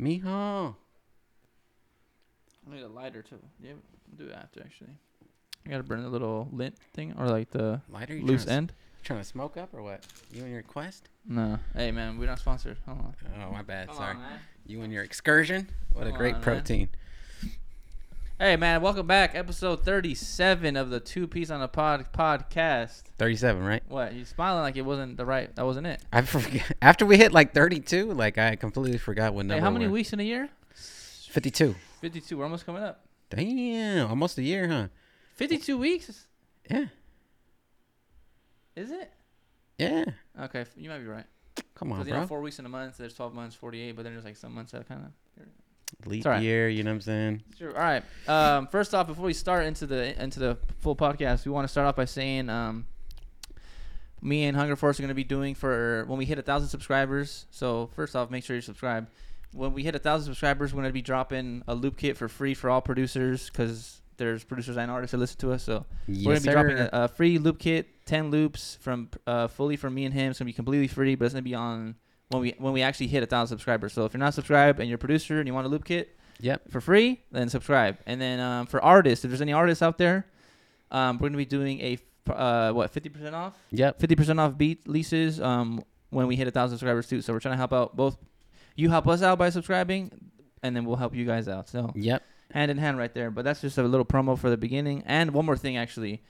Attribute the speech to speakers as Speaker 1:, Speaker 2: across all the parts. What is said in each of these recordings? Speaker 1: Mijo.
Speaker 2: I need a lighter too. Yeah, we'll do it after actually. I gotta burn the little lint thing or like the
Speaker 1: Lighter you
Speaker 2: loose
Speaker 1: trying
Speaker 2: end.
Speaker 1: Trying to smoke up or what? You and your quest?
Speaker 2: No, hey man, we're not sponsored. Hold on.
Speaker 1: Oh, my bad.
Speaker 2: Come
Speaker 1: Sorry.
Speaker 2: on, man.
Speaker 1: You and your excursion? What a
Speaker 2: Come
Speaker 1: great
Speaker 2: on, man.
Speaker 1: protein.
Speaker 2: Hey man, welcome back, episode thirty-seven of the Two Piece on a Pod podcast.
Speaker 1: 37, right?
Speaker 2: What? You smiling like it wasn't the right? That wasn't it.
Speaker 1: I forget. After we hit like 32, like I completely forgot what number.
Speaker 2: hey, how many
Speaker 1: we're-
Speaker 2: weeks in a year?
Speaker 1: 52.
Speaker 2: Fifty-two. We're almost coming up.
Speaker 1: Damn, almost a year, huh?
Speaker 2: Fifty-two weeks? is-
Speaker 1: Yeah.
Speaker 2: Is it?
Speaker 1: Yeah.
Speaker 2: Okay, f- you might be right.
Speaker 1: Come on,
Speaker 2: Because you know,
Speaker 1: bro.
Speaker 2: four weeks in a month, there's twelve months, forty-eight, but then there's like some months that kind of.
Speaker 1: Leap
Speaker 2: alright.
Speaker 1: year, you know what I'm saying?
Speaker 2: Sure. All right. Um, first off, before we start into the into the full podcast, we want to start off by saying um, me and Hunger Force are going to be doing for when we hit a thousand subscribers. So first off, make sure you subscribe. When we hit a thousand subscribers, we're going to be dropping a loop kit for free for all producers because there's producers and artists that listen to us. So we're gonna
Speaker 1: Yes,
Speaker 2: be dropping
Speaker 1: sir.
Speaker 2: a, a free loop kit, ten loops from uh, fully from me and him. It's gonna be completely free, but it's gonna be on when we when we actually hit a thousand subscribers. So if you're not subscribed and you're a producer and you want a loop kit
Speaker 1: Yep.
Speaker 2: for free, then subscribe. And then um, for artists, if there's any artists out there, um, we're gonna be doing a f- uh, what fifty percent off,
Speaker 1: Yep.
Speaker 2: fifty percent off beat leases um, when we hit a thousand subscribers too. So we're trying to help out both. You help us out by subscribing, and then we'll help you guys out. So
Speaker 1: Yep.
Speaker 2: hand in hand right there. But that's just a little promo for the beginning. And one more thing, actually,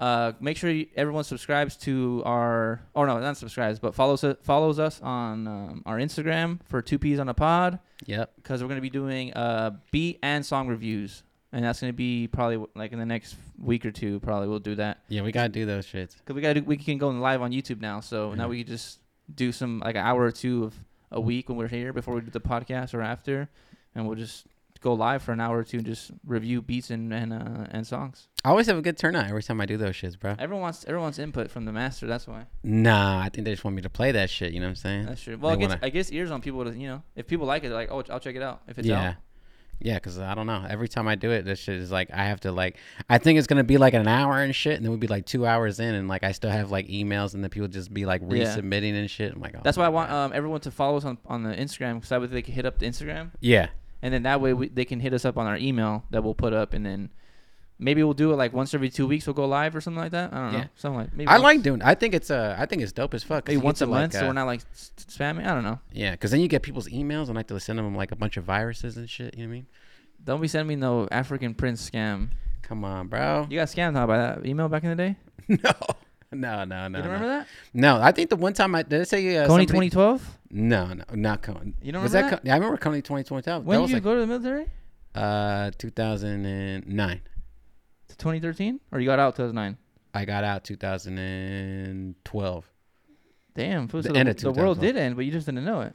Speaker 2: uh, make sure you, everyone subscribes to our or no, not subscribes, but follows us, follows us on um, our Instagram for two peas on a pod
Speaker 1: Yep.
Speaker 2: because we're gonna be doing uh, beat and song reviews, and that's gonna be probably like in the next week or two. Probably we'll do that
Speaker 1: Yeah, we gotta do those shits.
Speaker 2: because we got to we can go live on YouTube now. So
Speaker 1: Yeah.
Speaker 2: now we can just do some like an hour or two of a week when we're here before we do the podcast or after, and we'll just go live for an hour or two and just review beats and and, uh, and songs.
Speaker 1: I always have a good turnout every time I do those shits, bro.
Speaker 2: Everyone wants everyone's input from the master. That's why.
Speaker 1: Nah, I think they just want me to play that shit. You know what I'm saying?
Speaker 2: That's true. Well, it
Speaker 1: They
Speaker 2: gets,
Speaker 1: wanna-
Speaker 2: I guess ears on people. To, you know, if people like it, they're like, oh, I'll check it out. If it's
Speaker 1: yeah.
Speaker 2: out,
Speaker 1: Yeah, 'cause I don't know. Every time I do it, this shit is like I have to like. I think it's gonna be like an hour and shit, and then we'll be like two hours in, and like I still have like emails, and then people just be like
Speaker 2: Yeah.
Speaker 1: resubmitting and shit. I'm like, oh,
Speaker 2: that's why I want
Speaker 1: man.
Speaker 2: um, everyone to follow us on on the Instagram because that way they can hit up the Instagram.
Speaker 1: yeah,
Speaker 2: and then that way we, they can hit us up on our email that we'll put up, and then maybe we'll do it like once every two weeks. We'll go live or something like that. I don't know,
Speaker 1: Yeah.
Speaker 2: something like maybe
Speaker 1: I
Speaker 2: once-
Speaker 1: like doing. I think it's uh, I think it's dope as fuck. 'cause
Speaker 2: maybe
Speaker 1: you get
Speaker 2: once
Speaker 1: to,
Speaker 2: a month,
Speaker 1: like,
Speaker 2: so
Speaker 1: uh,
Speaker 2: we're not like s- s- spamming. I don't know.
Speaker 1: Yeah, 'cause then you get people's emails, and I have to send them like a bunch of viruses and shit. You know what I mean?
Speaker 2: Don't be sending me no African Prince scam.
Speaker 1: Come on, bro.
Speaker 2: You got scammed out by that email back in the day.
Speaker 1: no, no, no, no.
Speaker 2: you don't
Speaker 1: no.
Speaker 2: remember that?
Speaker 1: No, I think the one time I did I say uh,
Speaker 2: Coney
Speaker 1: somebody-
Speaker 2: 2012.
Speaker 1: No, no, not Coney.
Speaker 2: You don't
Speaker 1: was
Speaker 2: remember
Speaker 1: that? Co- I remember Coney twenty twenty. That
Speaker 2: When
Speaker 1: was
Speaker 2: did you
Speaker 1: like
Speaker 2: go to the military?
Speaker 1: uh 2009.
Speaker 2: To 2013, or you got out 2009?
Speaker 1: I got out 2012.
Speaker 2: Damn, fool,
Speaker 1: The
Speaker 2: so
Speaker 1: end
Speaker 2: the,
Speaker 1: of
Speaker 2: the world
Speaker 1: 2012.
Speaker 2: did end, but you just didn't know it.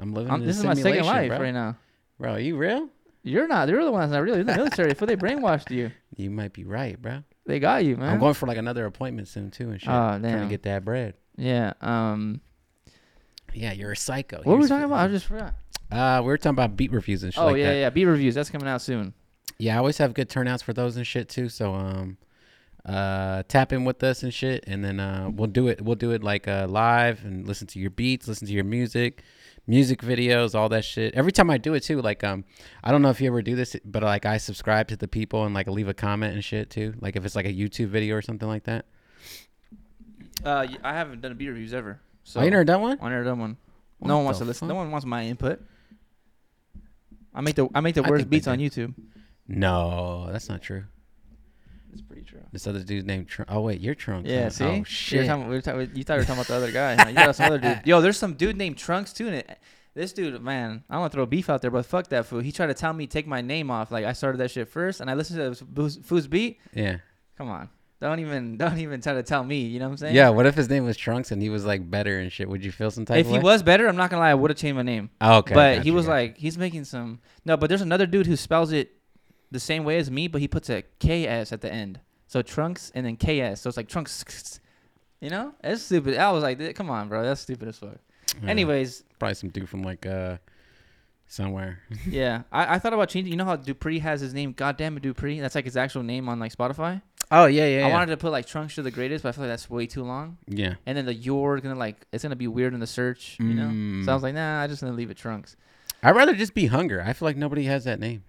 Speaker 1: I'm living
Speaker 2: I'm-
Speaker 1: in
Speaker 2: this
Speaker 1: a
Speaker 2: is my second
Speaker 1: simulation,
Speaker 2: life
Speaker 1: bro.
Speaker 2: right now.
Speaker 1: Bro, are you real?
Speaker 2: You're not. You're the ones that really. You're in the military. Before they brainwashed you,
Speaker 1: You might be right, bro.
Speaker 2: they got you, man.
Speaker 1: I'm going for like another appointment soon too and shit.
Speaker 2: Oh,
Speaker 1: Trying to
Speaker 2: damn.
Speaker 1: get that bread.
Speaker 2: Yeah. Um.
Speaker 1: Yeah, you're a psycho.
Speaker 2: What were we
Speaker 1: Here's
Speaker 2: talking
Speaker 1: for-
Speaker 2: about? I just forgot.
Speaker 1: Uh, we were talking about beat reviews and shit
Speaker 2: Oh
Speaker 1: like
Speaker 2: yeah,
Speaker 1: that.
Speaker 2: yeah. B reviews. That's coming out soon.
Speaker 1: Yeah, I always have good turnouts for those and shit too. So um, uh, tap in with us and shit, and then uh, we'll do it. We'll do it like uh, live and listen to your beats, listen to your music, music videos, all that shit. Every time I do it too, like um, I don't know if you ever do this, but like I subscribe to the people and like leave a comment and shit too. Like if it's like a YouTube video or something like that.
Speaker 2: Uh, y- I haven't done B reviews ever. So
Speaker 1: oh, you never done one?
Speaker 2: I never done one.
Speaker 1: What
Speaker 2: no one wants
Speaker 1: the
Speaker 2: to listen.
Speaker 1: fuck?
Speaker 2: No one wants my input. I make the I make the
Speaker 1: I
Speaker 2: worst
Speaker 1: think they
Speaker 2: beats on YouTube.
Speaker 1: No, that's not true.
Speaker 2: It's pretty true.
Speaker 1: This other dude's named. Tr- oh wait, you're Trunks.
Speaker 2: Yeah,
Speaker 1: huh?
Speaker 2: see,
Speaker 1: Oh
Speaker 2: You, were
Speaker 1: shit.
Speaker 2: talking, we were talking, you thought you were talking about the other guy. Huh? You got some other dude. Yo, there's some dude named Trunks too. And it, this dude, man, I want to throw beef out there, but fuck that fool. He tried to tell me take my name off. Like I started that shit first, and I listened to Foos- Foos beat.
Speaker 1: Yeah.
Speaker 2: Come on, don't even don't even try to tell me. You know what I'm saying?
Speaker 1: Yeah. What if his name was Trunks and he was like better and shit? Would you feel some type
Speaker 2: if
Speaker 1: of
Speaker 2: he
Speaker 1: way?
Speaker 2: was better, I'm not gonna lie, I would have changed my name.
Speaker 1: Oh, okay.
Speaker 2: but
Speaker 1: gotcha,
Speaker 2: he was
Speaker 1: gotcha.
Speaker 2: like, he's making some no. But there's another dude who spells it the same way as me, but he puts a KS at the end. So trunks and then KS. So it's like trunks. You know, it's stupid. I was like, come on, bro, that's stupid as fuck.
Speaker 1: Yeah,
Speaker 2: Anyways,
Speaker 1: probably some dude from like uh somewhere.
Speaker 2: yeah, I, I thought about changing. You know how Dupree has his name, goddamn it, Dupree. That's like his actual name on like Spotify.
Speaker 1: Oh yeah, yeah.
Speaker 2: I wanted to put like trunks to the greatest, but I feel like that's way too long.
Speaker 1: yeah. Mm.
Speaker 2: And then the your gonna like it's gonna be weird in the search. You know, so I was like, nah, I just gonna leave it trunks.
Speaker 1: I'd rather just be Hunger. I feel like nobody has that name.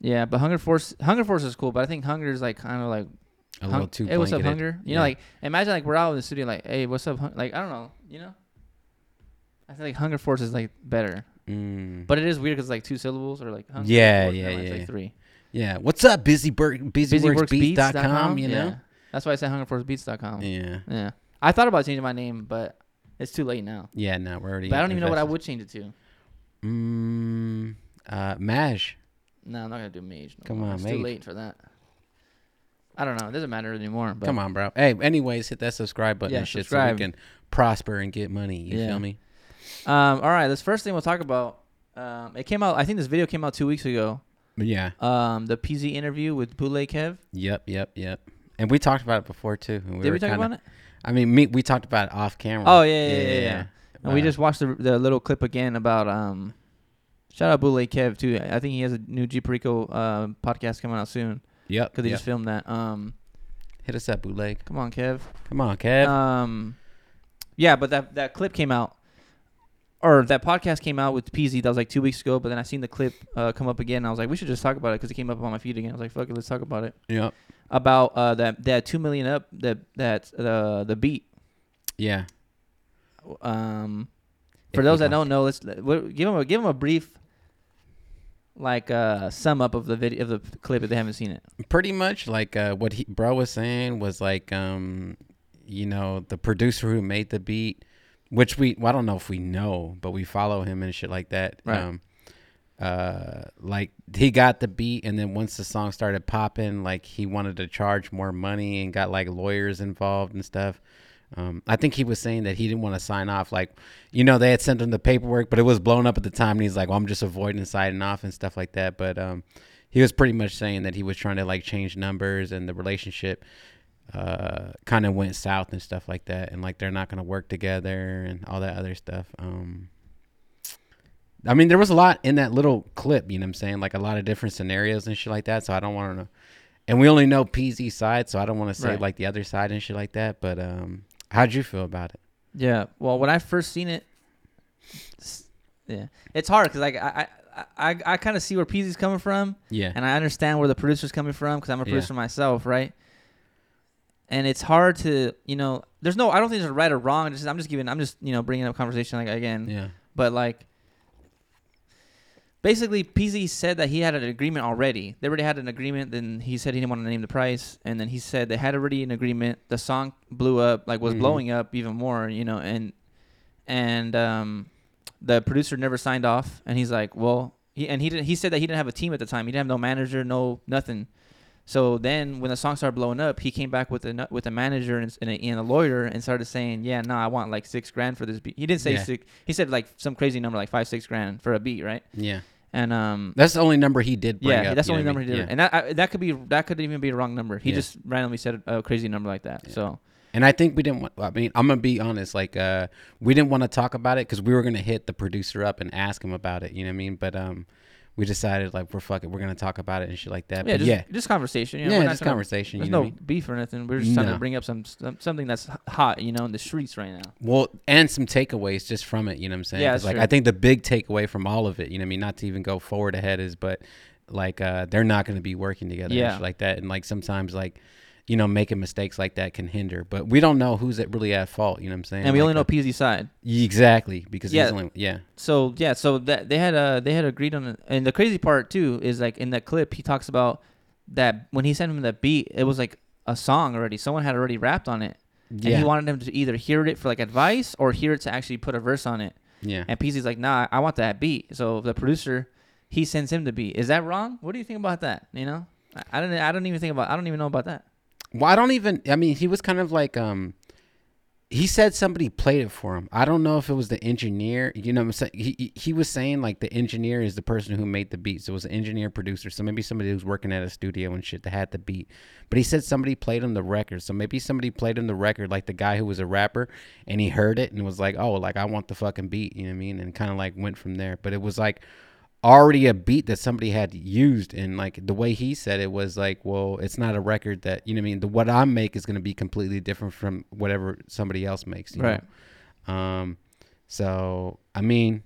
Speaker 2: Yeah, but Hunger Force, Hunger Force is cool, but I think Hunger is like kind of like
Speaker 1: A
Speaker 2: hung-
Speaker 1: little too
Speaker 2: Hey, what's up,
Speaker 1: blanketed.
Speaker 2: Hunger? You
Speaker 1: Yeah.
Speaker 2: know, like imagine like we're out in the studio, like, hey, what's up? Hun-? Like I don't know, you know. I think like Hunger Force is like better,
Speaker 1: Mm.
Speaker 2: but it is weird because like two syllables or like Hunger
Speaker 1: Yeah,
Speaker 2: Force,
Speaker 1: yeah,
Speaker 2: never mind,
Speaker 1: yeah,
Speaker 2: It's
Speaker 1: yeah.
Speaker 2: like three.
Speaker 1: yeah. What's up, Busy Bur- BusyWorksBeats.com, You
Speaker 2: Yeah.
Speaker 1: know.
Speaker 2: That's why I said HungerForceBeats.com. Yeah.
Speaker 1: Yeah.
Speaker 2: yeah. I thought about changing my name, but it's too late now.
Speaker 1: Yeah. No, we're already.
Speaker 2: But I don't even know what I
Speaker 1: invested.
Speaker 2: would change it to.
Speaker 1: Mm, uh, Maj.
Speaker 2: No, I'm not gonna do mage. No
Speaker 1: Come
Speaker 2: more.
Speaker 1: on,
Speaker 2: it's
Speaker 1: mage.
Speaker 2: too late for that. I don't know. It doesn't matter anymore. But
Speaker 1: Come on, bro. Hey, anyways, hit that subscribe button
Speaker 2: Yeah,
Speaker 1: and shit so
Speaker 2: subscribe.
Speaker 1: we can prosper and get money. You
Speaker 2: Yeah.
Speaker 1: feel me?
Speaker 2: Um, all right, this first thing we'll talk about. Um, it came out. I think this video came out two weeks ago.
Speaker 1: Yeah.
Speaker 2: Um, the PZ interview with Boule Kev.
Speaker 1: Yep. Yep. Yep. And we talked about it before too. and
Speaker 2: Did
Speaker 1: were
Speaker 2: we talk
Speaker 1: kinda-
Speaker 2: about it?
Speaker 1: I mean, me, we talked about it off camera.
Speaker 2: Oh yeah, yeah, yeah. yeah, And we
Speaker 1: Uh,
Speaker 2: just watched the, the little clip again about. Um, shout out Boule Kev too. I I think he has a new G Perico uh, podcast coming out soon
Speaker 1: Yep.
Speaker 2: because they
Speaker 1: yep.
Speaker 2: just filmed that. Um,
Speaker 1: Hit us up, bootleg.
Speaker 2: come on, Kev.
Speaker 1: Come on, Kev.
Speaker 2: Um, yeah, but that that clip came out, or that podcast came out with PZ. That was like two weeks ago. But then I seen the clip uh, come up again. And I was like, we should just talk about it because it came up on my feed again. I was like, fuck it, let's talk about it.
Speaker 1: yep.
Speaker 2: About uh, that that two million up that that uh, the beat.
Speaker 1: Yeah.
Speaker 2: Um, for
Speaker 1: If we
Speaker 2: those that
Speaker 1: don't-
Speaker 2: don't know, let's let- what- give them a, give them a brief like uh sum up of the video of the clip if they haven't seen it.
Speaker 1: pretty much like uh, what he, bro was saying was like um you know the producer who made the beat which we well, i don't know if we know but we follow him and shit like that
Speaker 2: Right.
Speaker 1: um uh like he got the beat and then once the song started popping like he wanted to charge more money and got like lawyers involved and stuff um, I think he was saying that he didn't want to sign off. Like, you know, they had sent him the paperwork, but it was blown up at the time. And he's like, well, I'm just avoiding signing off and stuff like that. But um, he was pretty much saying that he was trying to like change numbers and the relationship uh, kind of went south and stuff like that. And like, they're not going to work together and all that other stuff. Um, I mean, there was a lot in that little clip, you know what I'm saying? Like a lot of different scenarios and shit like that. So I don't want to know. And we only know PZ side, so I don't want to say
Speaker 2: Right.
Speaker 1: like the other side and shit like that. But um, how'd you feel about it?
Speaker 2: Yeah. Well, when I first seen it, s- yeah, it's hard because like I I I, I kind of see where PZ's coming from,
Speaker 1: Yeah.
Speaker 2: and I understand where the producer's coming from because I'm a
Speaker 1: Yeah.
Speaker 2: producer myself, right? And it's hard to you know, there's no I don't think there's a right or wrong. Just, I'm just giving I'm just you know bringing up conversation like again,
Speaker 1: yeah.
Speaker 2: but like. Basically, PZ said that he had an agreement already. They already had an agreement. Then he said he didn't want to name the price, and then he said they had already an agreement. The song blew up, like was
Speaker 1: Mhm.
Speaker 2: blowing up even more, you know. And and um, the producer never signed off, and he's like, well, he and he didn't. He said that he didn't have a team at the time. He didn't have no manager, no nothing. So then, when the song started blowing up, he came back with a nu- with a manager and, s- and, a, and a lawyer and started saying, "Yeah, no, I want like six grand for this beat." He didn't say
Speaker 1: Yeah.
Speaker 2: six. He said like some crazy number, like five, six grand for a beat, right?
Speaker 1: Yeah.
Speaker 2: And um,
Speaker 1: That's the only number he did bring
Speaker 2: yeah,
Speaker 1: up,
Speaker 2: that's the
Speaker 1: you know what
Speaker 2: only number
Speaker 1: I
Speaker 2: he
Speaker 1: mean?
Speaker 2: did,
Speaker 1: Yeah.
Speaker 2: and that I, that could be that could even be a wrong number. He
Speaker 1: Yeah.
Speaker 2: just randomly said a crazy number like that. So
Speaker 1: And I think we didn't want, I mean, I'm going to be honest. Like, uh, we didn't want to talk about it because we were going to hit the producer up and ask him about it. You know what I mean? But, um, we decided, like, we're fuck it. We're going to talk about it and shit like that.
Speaker 2: yeah,
Speaker 1: But
Speaker 2: just,
Speaker 1: yeah.
Speaker 2: just conversation. You know,
Speaker 1: yeah.
Speaker 2: we're not
Speaker 1: just
Speaker 2: trying to-
Speaker 1: conversation.
Speaker 2: There's
Speaker 1: you know
Speaker 2: no
Speaker 1: what I mean?
Speaker 2: beef or nothing. We're just trying
Speaker 1: No.
Speaker 2: to bring up some, some something that's h- hot, you know, in the streets right now.
Speaker 1: Well, and some takeaways just from it, you know what I'm saying?
Speaker 2: Yeah,
Speaker 1: 'Cause,
Speaker 2: that's
Speaker 1: like
Speaker 2: true.
Speaker 1: I think the big takeaway from all of it, you know what I mean, not to even go forward ahead is but like uh they're not going to be working together and
Speaker 2: Yeah.
Speaker 1: shit like that and like sometimes like you know making mistakes like that can hinder, but we don't know who's at really at fault, you know what I'm saying?
Speaker 2: And we
Speaker 1: Like,
Speaker 2: only know
Speaker 1: uh,
Speaker 2: PZ side.
Speaker 1: y- exactly because yeah.
Speaker 2: Yeah.
Speaker 1: he's only yeah.
Speaker 2: So yeah, so that they had uh they had agreed on, it. and the crazy part too is like in that clip he talks about that when he sent him that beat, it was like a song already. Someone had already rapped on it, and
Speaker 1: Yeah.
Speaker 2: he wanted him to either hear it for like advice or hear it to actually put a verse on it.
Speaker 1: yeah.
Speaker 2: And PZ's like, nah, I want that beat. So the producer, he sends him the beat. Is that wrong? What do you think about that? You know, I, I don't I don't even think about I don't even know about that.
Speaker 1: Well, I don't even. I mean, he was kind of like um. He said somebody played it for him. I don't know if it was the engineer. You know, what I'm saying he he- he was saying like the engineer is the person who made the beat. So it was an engineer producer. So maybe somebody who's working at a studio and shit that had the beat. But he said somebody played him the record. So maybe somebody played him the record, like the guy who was a rapper, and he heard it and was like, "Oh, like I want the fucking beat." You know what I mean? And kind of like went from there. But it was like already a beat that somebody had used and like the way he said it was like well it's not a record that you know what i mean the what i make is going to be completely different from whatever somebody else makes you know? um so i mean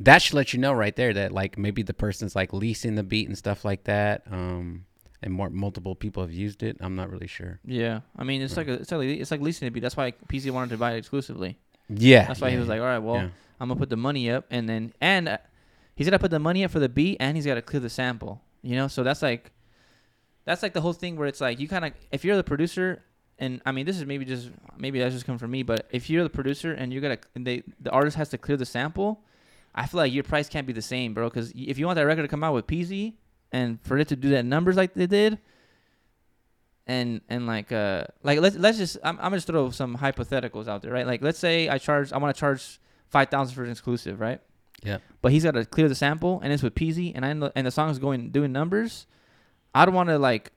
Speaker 1: that should let you know right there that like maybe the person's like leasing the beat and stuff like that. Um, and more multiple people have used it. I'm not really sure.
Speaker 2: Yeah, I mean it's like a, it's like it's like leasing a beat. That's why PZ wanted to buy it exclusively.
Speaker 1: Yeah,
Speaker 2: That's why
Speaker 1: yeah,
Speaker 2: he was
Speaker 1: yeah.
Speaker 2: like, all right, well,
Speaker 1: Yeah.
Speaker 2: I'm gonna put the money up, and then and uh, he's gonna put the money up for the beat, and he's gotta clear the sample. You know, so that's like, that's like the whole thing where it's like you kind of if you're the producer, and I mean this is maybe just maybe that's just come from me, but if you're the producer and you gotta and they the artist has to clear the sample, I feel like your price can't be the same, bro. Because if you want that record to come out with PZ and for it to do that numbers like they did. And, and like uh like let's let's just I'm, I'm gonna just throw some hypotheticals out there right like let's say I charge I want to charge five thousand for an exclusive, right?
Speaker 1: Yep.
Speaker 2: But he's got to clear the sample, and it's with Peasy, and I know, and the song's going doing numbers. I don't want to like,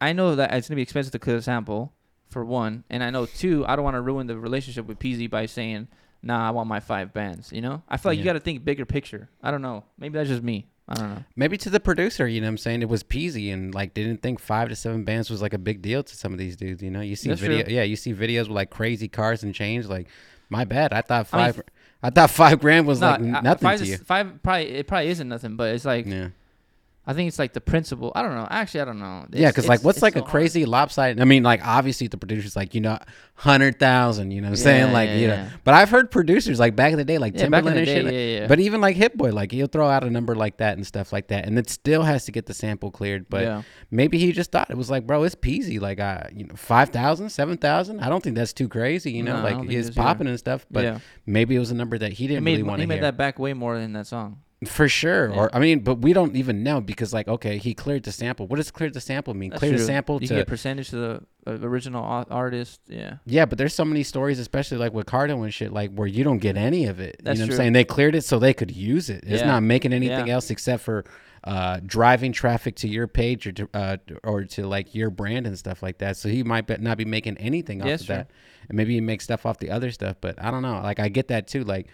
Speaker 2: I know that it's gonna be expensive to clear the sample for one, and I know two, I don't want to ruin the relationship with Peasy by saying, nah, I want my five bands. You know, I feel like you
Speaker 1: Yeah.
Speaker 2: got to think bigger picture. I don't know. Maybe that's just me. I don't know.
Speaker 1: maybe to the producer. You know, what I'm saying it was peasy and like they didn't think five to seven bands was like a big deal to some of these dudes. You know, you see
Speaker 2: That's
Speaker 1: video,
Speaker 2: true.
Speaker 1: yeah, you see videos with like crazy cars and chains. Like, my bad, I thought
Speaker 2: I mean,
Speaker 1: five, I, thought five grand was like
Speaker 2: Nah, I-
Speaker 1: n- nothing
Speaker 2: uh, five
Speaker 1: to
Speaker 2: is-
Speaker 1: you.
Speaker 2: Five probably it probably isn't nothing, but it's like
Speaker 1: Yeah,
Speaker 2: I think it's like the principle. I don't know. Actually, I don't know.
Speaker 1: yeah,
Speaker 2: It's-
Speaker 1: because like,
Speaker 2: it's-
Speaker 1: what's
Speaker 2: it's
Speaker 1: like
Speaker 2: so
Speaker 1: a
Speaker 2: hard.
Speaker 1: crazy lopsided? I mean, like obviously the producer's like, you know, hundred thousand. You know, what I'm saying
Speaker 2: Yeah,
Speaker 1: like,
Speaker 2: yeah,
Speaker 1: you know,
Speaker 2: yeah.
Speaker 1: but I've heard producers like back in the day, like
Speaker 2: Yeah, back in
Speaker 1: Timberland
Speaker 2: the
Speaker 1: and
Speaker 2: day,
Speaker 1: shit. like-
Speaker 2: yeah, yeah.
Speaker 1: But even like Hit Boy, like he'll throw out a number like that and stuff like that, and it still has to get the sample cleared. But
Speaker 2: Yeah.
Speaker 1: maybe he just thought it was like, bro, it's peasy. Like, I, you know, 5,000, 7,000. I don't think that's too crazy. You know,
Speaker 2: No, I don't
Speaker 1: like
Speaker 2: think it
Speaker 1: it's
Speaker 2: is either.
Speaker 1: popping and stuff. But
Speaker 2: Yeah.
Speaker 1: maybe it was a number that he
Speaker 2: He
Speaker 1: didn't
Speaker 2: made,
Speaker 1: really want
Speaker 2: he
Speaker 1: to
Speaker 2: made
Speaker 1: hear
Speaker 2: that back way more than that song.
Speaker 1: for sure.
Speaker 2: Yeah.
Speaker 1: Or I mean, but we don't even know because like, okay, he cleared the sample. What does cleared the sample mean?
Speaker 2: That's
Speaker 1: Cleared the
Speaker 2: true.
Speaker 1: sample to
Speaker 2: You can get percentage to the uh, original au- artist. Yeah.
Speaker 1: yeah, but there's so many stories, especially like with Cardo and shit, like where you don't get any of it.
Speaker 2: That's
Speaker 1: you know what
Speaker 2: true.
Speaker 1: I'm saying? They cleared it so they could use it. It's
Speaker 2: Yeah.
Speaker 1: not making anything
Speaker 2: Yeah.
Speaker 1: else except for uh, driving traffic to your page or to, uh, or to like your brand and stuff like that. So he might be- not be making anything off
Speaker 2: Yeah,
Speaker 1: of
Speaker 2: sure.
Speaker 1: that. And maybe he makes stuff off the other stuff, but I don't know. Like I get that too. Like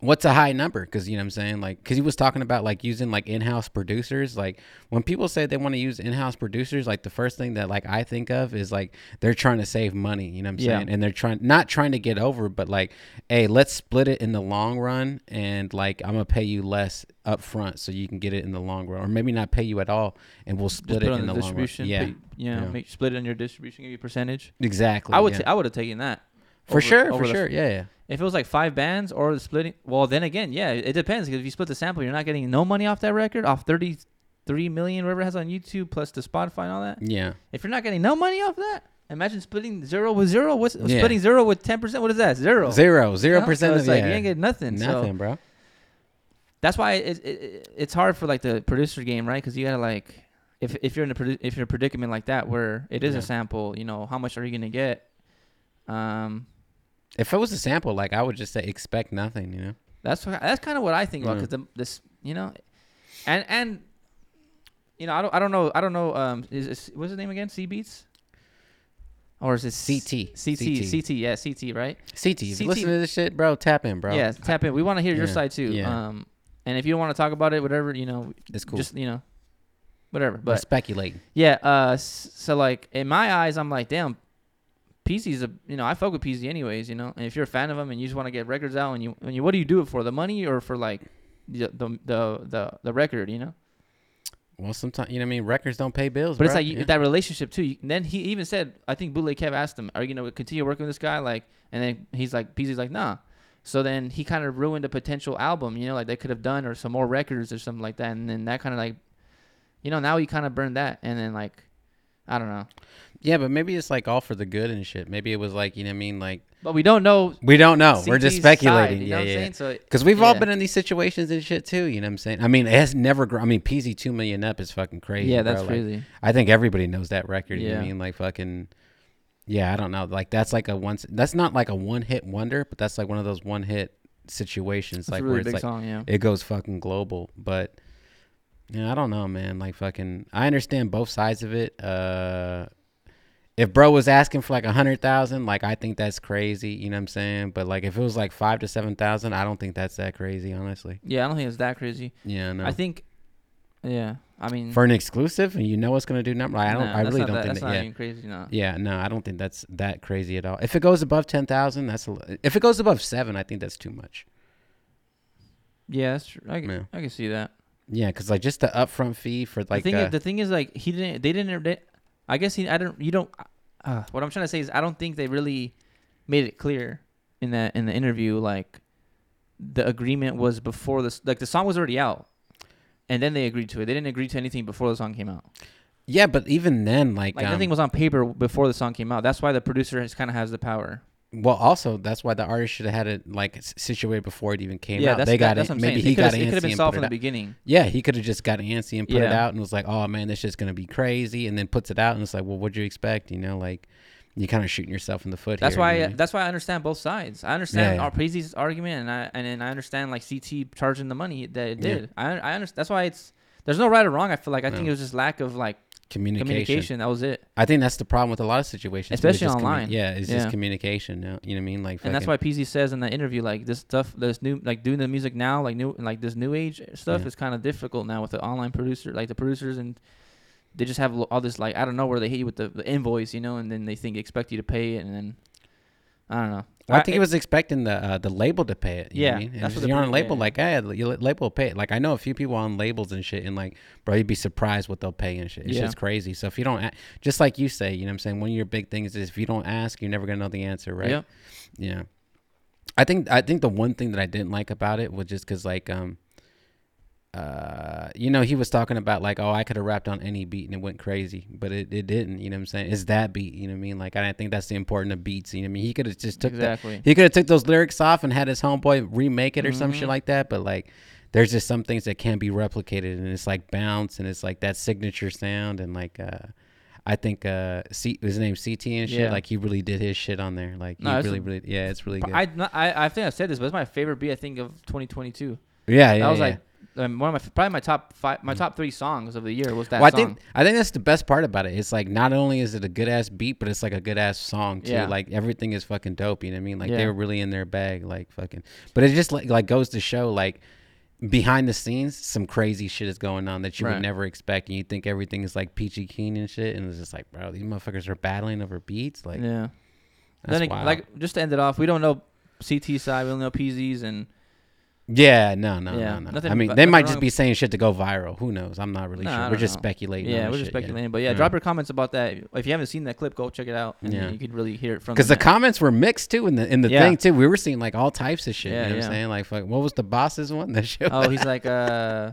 Speaker 1: what's a high number because you know what i'm saying like because he was talking about like using like in-house producers like when people say they want to use in-house producers like the first thing that like i think of is like they're trying to save money you know what i'm
Speaker 2: Yeah.
Speaker 1: saying and they're trying not trying to get over but like hey let's split it in the long run and like i'm gonna pay you less up front so you can get it in the long run or maybe not pay you at all and we'll
Speaker 2: Just
Speaker 1: split
Speaker 2: put
Speaker 1: it
Speaker 2: it on
Speaker 1: in
Speaker 2: the,
Speaker 1: the, long run
Speaker 2: distribution.
Speaker 1: yeah
Speaker 2: put- you know,
Speaker 1: Yeah.
Speaker 2: Make, split it on your distribution. Give you percentage.
Speaker 1: exactly
Speaker 2: I would.
Speaker 1: yeah.
Speaker 2: T- I would have taken that.
Speaker 1: for
Speaker 2: over-
Speaker 1: sure
Speaker 2: over
Speaker 1: for
Speaker 2: the-
Speaker 1: sure yeah yeah
Speaker 2: If it was like five bands or the splitting, well, then again, yeah, it depends. 'cause if you split the sample, you're not getting no money off that record, off 33 million, whatever it has on YouTube, plus the Spotify and all that.
Speaker 1: yeah
Speaker 2: If you're not getting no money off that, imagine splitting zero with zero. What's
Speaker 1: Yeah.
Speaker 2: splitting zero with 10%? What is that? Zero.
Speaker 1: zero
Speaker 2: You know?
Speaker 1: zero
Speaker 2: So
Speaker 1: percent
Speaker 2: it's
Speaker 1: of
Speaker 2: like
Speaker 1: yeah.
Speaker 2: you ain't getting nothing. so-
Speaker 1: nothing bro
Speaker 2: that's why it, it, it, it's hard for like the producer game, right? Because you gotta like, if if you're in a produ- if you're in a predicament like that where it is
Speaker 1: Yeah.
Speaker 2: a sample, you know, how much are you gonna get? Um,
Speaker 1: If it was a sample, like I would just say expect nothing, you know.
Speaker 2: that's what, that's kind of what I think about
Speaker 1: Yeah.
Speaker 2: because the this you know, and and you know I don't I don't know I don't know um is, is what's his name again? C Beats. Or is it
Speaker 1: CT.
Speaker 2: CT, CT, yeah, CT, right?
Speaker 1: CT. If you
Speaker 2: CT.
Speaker 1: listen to this shit, bro, tap in, bro.
Speaker 2: Yeah, tap in. We want to hear your
Speaker 1: Yeah,
Speaker 2: side too.
Speaker 1: yeah.
Speaker 2: Um, and if you don't want to talk about it, whatever, you know,
Speaker 1: It's cool.
Speaker 2: just you know, whatever.
Speaker 1: We're
Speaker 2: But
Speaker 1: speculating.
Speaker 2: Yeah. Uh. s- So like in my eyes, I'm like, damn, PZ's a you know I fuck with PZ anyways. You know, and if you're a fan of him and you just want to get records out and you and you what do you do it for? The money or for like the the the the, the record? You know.
Speaker 1: Well, sometimes you know what I mean. Records don't pay bills,
Speaker 2: But it's
Speaker 1: bro.
Speaker 2: like you-
Speaker 1: Yeah.
Speaker 2: that relationship too. You, and then he even said, I think Bootleg Kev asked him, "Are you gonna continue working with this guy?" Like, and then he's like, PZ's like, "Nah." So then he kind of ruined a potential album, you know, like they could have done or some more records or something like that. And then that kind of like, you know, now he kind of burned that. And then like, I don't know,
Speaker 1: yeah, but maybe it's like all for the good and shit. Maybe it was like you know what I mean. Like
Speaker 2: but we don't know
Speaker 1: we don't know. Oh, We're
Speaker 2: CT's
Speaker 1: just
Speaker 2: side,
Speaker 1: speculating.
Speaker 2: you
Speaker 1: yeah,
Speaker 2: know what I'm
Speaker 1: yeah.
Speaker 2: saying? So
Speaker 1: Because we've all
Speaker 2: Yeah.
Speaker 1: been in these situations and shit too. You know what I'm saying? I mean, it has never grown. I mean, PZ two million up is fucking crazy.
Speaker 2: yeah,
Speaker 1: bro.
Speaker 2: that's
Speaker 1: Like,
Speaker 2: crazy.
Speaker 1: I think everybody knows that record. You know what I
Speaker 2: Yeah.
Speaker 1: mean? Like fucking. Yeah, I don't know. Like that's like a once. That's not like a one hit wonder, but that's like one of those one hit situations,
Speaker 2: It's
Speaker 1: like
Speaker 2: a really
Speaker 1: where it's
Speaker 2: big
Speaker 1: like
Speaker 2: song, yeah.
Speaker 1: it goes fucking global. But yeah, I don't know, man. Like fucking, I understand both sides of it. Uh, if bro was asking for like a hundred thousand, like I think that's crazy. You know what I'm saying? But like if it was like five to seven thousand, I don't think that's that crazy, honestly.
Speaker 2: Yeah, I don't think it's that crazy.
Speaker 1: Yeah, no.
Speaker 2: I think, yeah, I mean,
Speaker 1: for an exclusive, and you know what's gonna do number. I don't.
Speaker 2: nah,
Speaker 1: I
Speaker 2: that's
Speaker 1: really
Speaker 2: not
Speaker 1: don't
Speaker 2: that,
Speaker 1: think
Speaker 2: that's
Speaker 1: that.
Speaker 2: not
Speaker 1: yeah.
Speaker 2: even crazy. No,
Speaker 1: Yeah, no, I don't think that's that crazy at all. If it goes above ten thousand, that's a, li- if it goes above seven, I think that's too much.
Speaker 2: Yeah, that's true. I can,
Speaker 1: Yeah.
Speaker 2: I can see that.
Speaker 1: Yeah, because like just the upfront fee for like
Speaker 2: the thing,
Speaker 1: uh,
Speaker 2: is, the thing is, like he didn't. They didn't. They, I guess he. I don't. You don't. Uh, what I'm trying to say is, I don't think they really made it clear in that in the interview. Like the agreement was before this. Like the song was already out, and then they agreed to it. They didn't agree to anything before the song came out.
Speaker 1: yeah, but even then, like,
Speaker 2: Like
Speaker 1: um,
Speaker 2: nothing was on paper before the song came out. That's why the producer has kind of has the power.
Speaker 1: well, also that's why the artist should have had it like s- situated before it even came
Speaker 2: yeah,
Speaker 1: out.
Speaker 2: that's
Speaker 1: they got
Speaker 2: that's
Speaker 1: it.
Speaker 2: what I'm
Speaker 1: Maybe
Speaker 2: saying.
Speaker 1: he
Speaker 2: it
Speaker 1: got
Speaker 2: coulda- it could
Speaker 1: antsy
Speaker 2: have been
Speaker 1: and
Speaker 2: solved
Speaker 1: put it
Speaker 2: from the
Speaker 1: out.
Speaker 2: beginning.
Speaker 1: Yeah, he could have just got antsy and put it
Speaker 2: Yeah.
Speaker 1: out and was like, "Oh man, this shit's gonna be crazy," and then puts it out and it's like, "Well, what'd you expect?" You know, like you kind of shooting yourself in the foot.
Speaker 2: That's
Speaker 1: here,
Speaker 2: why. uh,
Speaker 1: you know?
Speaker 2: that's why I understand both sides. I understand
Speaker 1: Yeah.
Speaker 2: Arpezi's argument, and I and, then I understand like CT charging the money that it
Speaker 1: Yeah.
Speaker 2: did. I I understand. That's why it's there's no right or wrong. I feel like I think
Speaker 1: No.
Speaker 2: it was just lack of like
Speaker 1: communication.
Speaker 2: communication. That was it,
Speaker 1: I think that's the problem with a lot of situations, too, is
Speaker 2: Especially
Speaker 1: just commu-
Speaker 2: online.
Speaker 1: yeah, it's
Speaker 2: Yeah.
Speaker 1: just communication. Now, you know what I mean? Like,
Speaker 2: and that's
Speaker 1: fucking-
Speaker 2: why PZ says in the interview like this stuff, this new like doing the music now, like new like this new age stuff
Speaker 1: Yeah.
Speaker 2: is kind of difficult now with the online producer, like the producers and. They just have lo- all this like I don't know where they hit you with the, the invoice, you know, and then they think expect you to pay it, and then I don't know.
Speaker 1: Well, I think he was expecting the uh, the label to pay it. You
Speaker 2: Yeah,
Speaker 1: know what I mean? And
Speaker 2: that's
Speaker 1: if
Speaker 2: what the
Speaker 1: you're on a
Speaker 2: pro-
Speaker 1: label,
Speaker 2: yeah.
Speaker 1: like, hey, the- your label will pay it. Like, I know a few people on labels and shit, and like, bro, you'd be surprised what they'll pay and shit. It's
Speaker 2: Yeah.
Speaker 1: just crazy. So if you don't, a- just like you say, you know what I'm saying? One of your big things is if you don't ask, you're never gonna know the answer, right?
Speaker 2: Yeah.
Speaker 1: Yeah. I think I think the one thing that I didn't like about it was just because like um uh you know he was talking about like oh I could have rapped on any beat and it went crazy but it, it didn't you know what I'm saying it's that beat you know what I mean like I didn't think that's the important of beats you know what I mean he could have just took that
Speaker 2: exactly.
Speaker 1: he could have took those lyrics off and had his homeboy remake it or some shit
Speaker 2: Mhm.
Speaker 1: like that. But like, there's just some things that can't be replicated, and it's like bounce, and it's like that signature sound, and like, uh, I think uh, C- his name CT and shit.
Speaker 2: Yeah.
Speaker 1: Like he really did his shit on there. Like
Speaker 2: No,
Speaker 1: he
Speaker 2: it's
Speaker 1: really,
Speaker 2: a-
Speaker 1: really, yeah, it's really
Speaker 2: But
Speaker 1: good.
Speaker 2: I, not- I I think I've said this, but it's my favorite beat I think of 2022.
Speaker 1: yeah, yeah,
Speaker 2: that was
Speaker 1: yeah.
Speaker 2: like um, one of my probably my top five, my top three songs of the year was that
Speaker 1: well, I
Speaker 2: song.
Speaker 1: think I think that's the best part about it. It's like not only is it a good ass beat, but it's like a good ass song too.
Speaker 2: Yeah.
Speaker 1: Like everything is fucking dope. You know what I mean? Like
Speaker 2: Yeah.
Speaker 1: they were really in their bag. Like fucking. But it just like like goes to show like behind the scenes, some crazy shit is going on that you
Speaker 2: Right.
Speaker 1: would never expect, and you think everything is like peachy keen and shit, and it's just like, bro, these motherfuckers are battling over beats. Like
Speaker 2: yeah.
Speaker 1: that's
Speaker 2: Then it,
Speaker 1: wild.
Speaker 2: like just to end it off, we don't know CT side, we only know PZs, and
Speaker 1: yeah, no, no,
Speaker 2: Yeah,
Speaker 1: no, no.
Speaker 2: nothing
Speaker 1: I mean,
Speaker 2: but-
Speaker 1: they
Speaker 2: nothing
Speaker 1: might just
Speaker 2: wrong-
Speaker 1: be saying shit to go viral. Who knows? I'm not really
Speaker 2: No, I
Speaker 1: sure. We're
Speaker 2: don't
Speaker 1: just
Speaker 2: know.
Speaker 1: speculating. on
Speaker 2: yeah, we're just
Speaker 1: shit, yeah.
Speaker 2: speculating. But yeah,
Speaker 1: Yeah.
Speaker 2: drop your comments about that. If you haven't seen that clip, go check it out, and
Speaker 1: Yeah.
Speaker 2: you could really hear it from.
Speaker 1: because the
Speaker 2: that.
Speaker 1: comments were mixed too, and the in the
Speaker 2: Yeah.
Speaker 1: thing too, we were seeing like all types of shit.
Speaker 2: Yeah,
Speaker 1: you know what
Speaker 2: yeah.
Speaker 1: I'm saying? Like, fuck, what was the boss's one? That shit.
Speaker 2: oh, he's like, uh,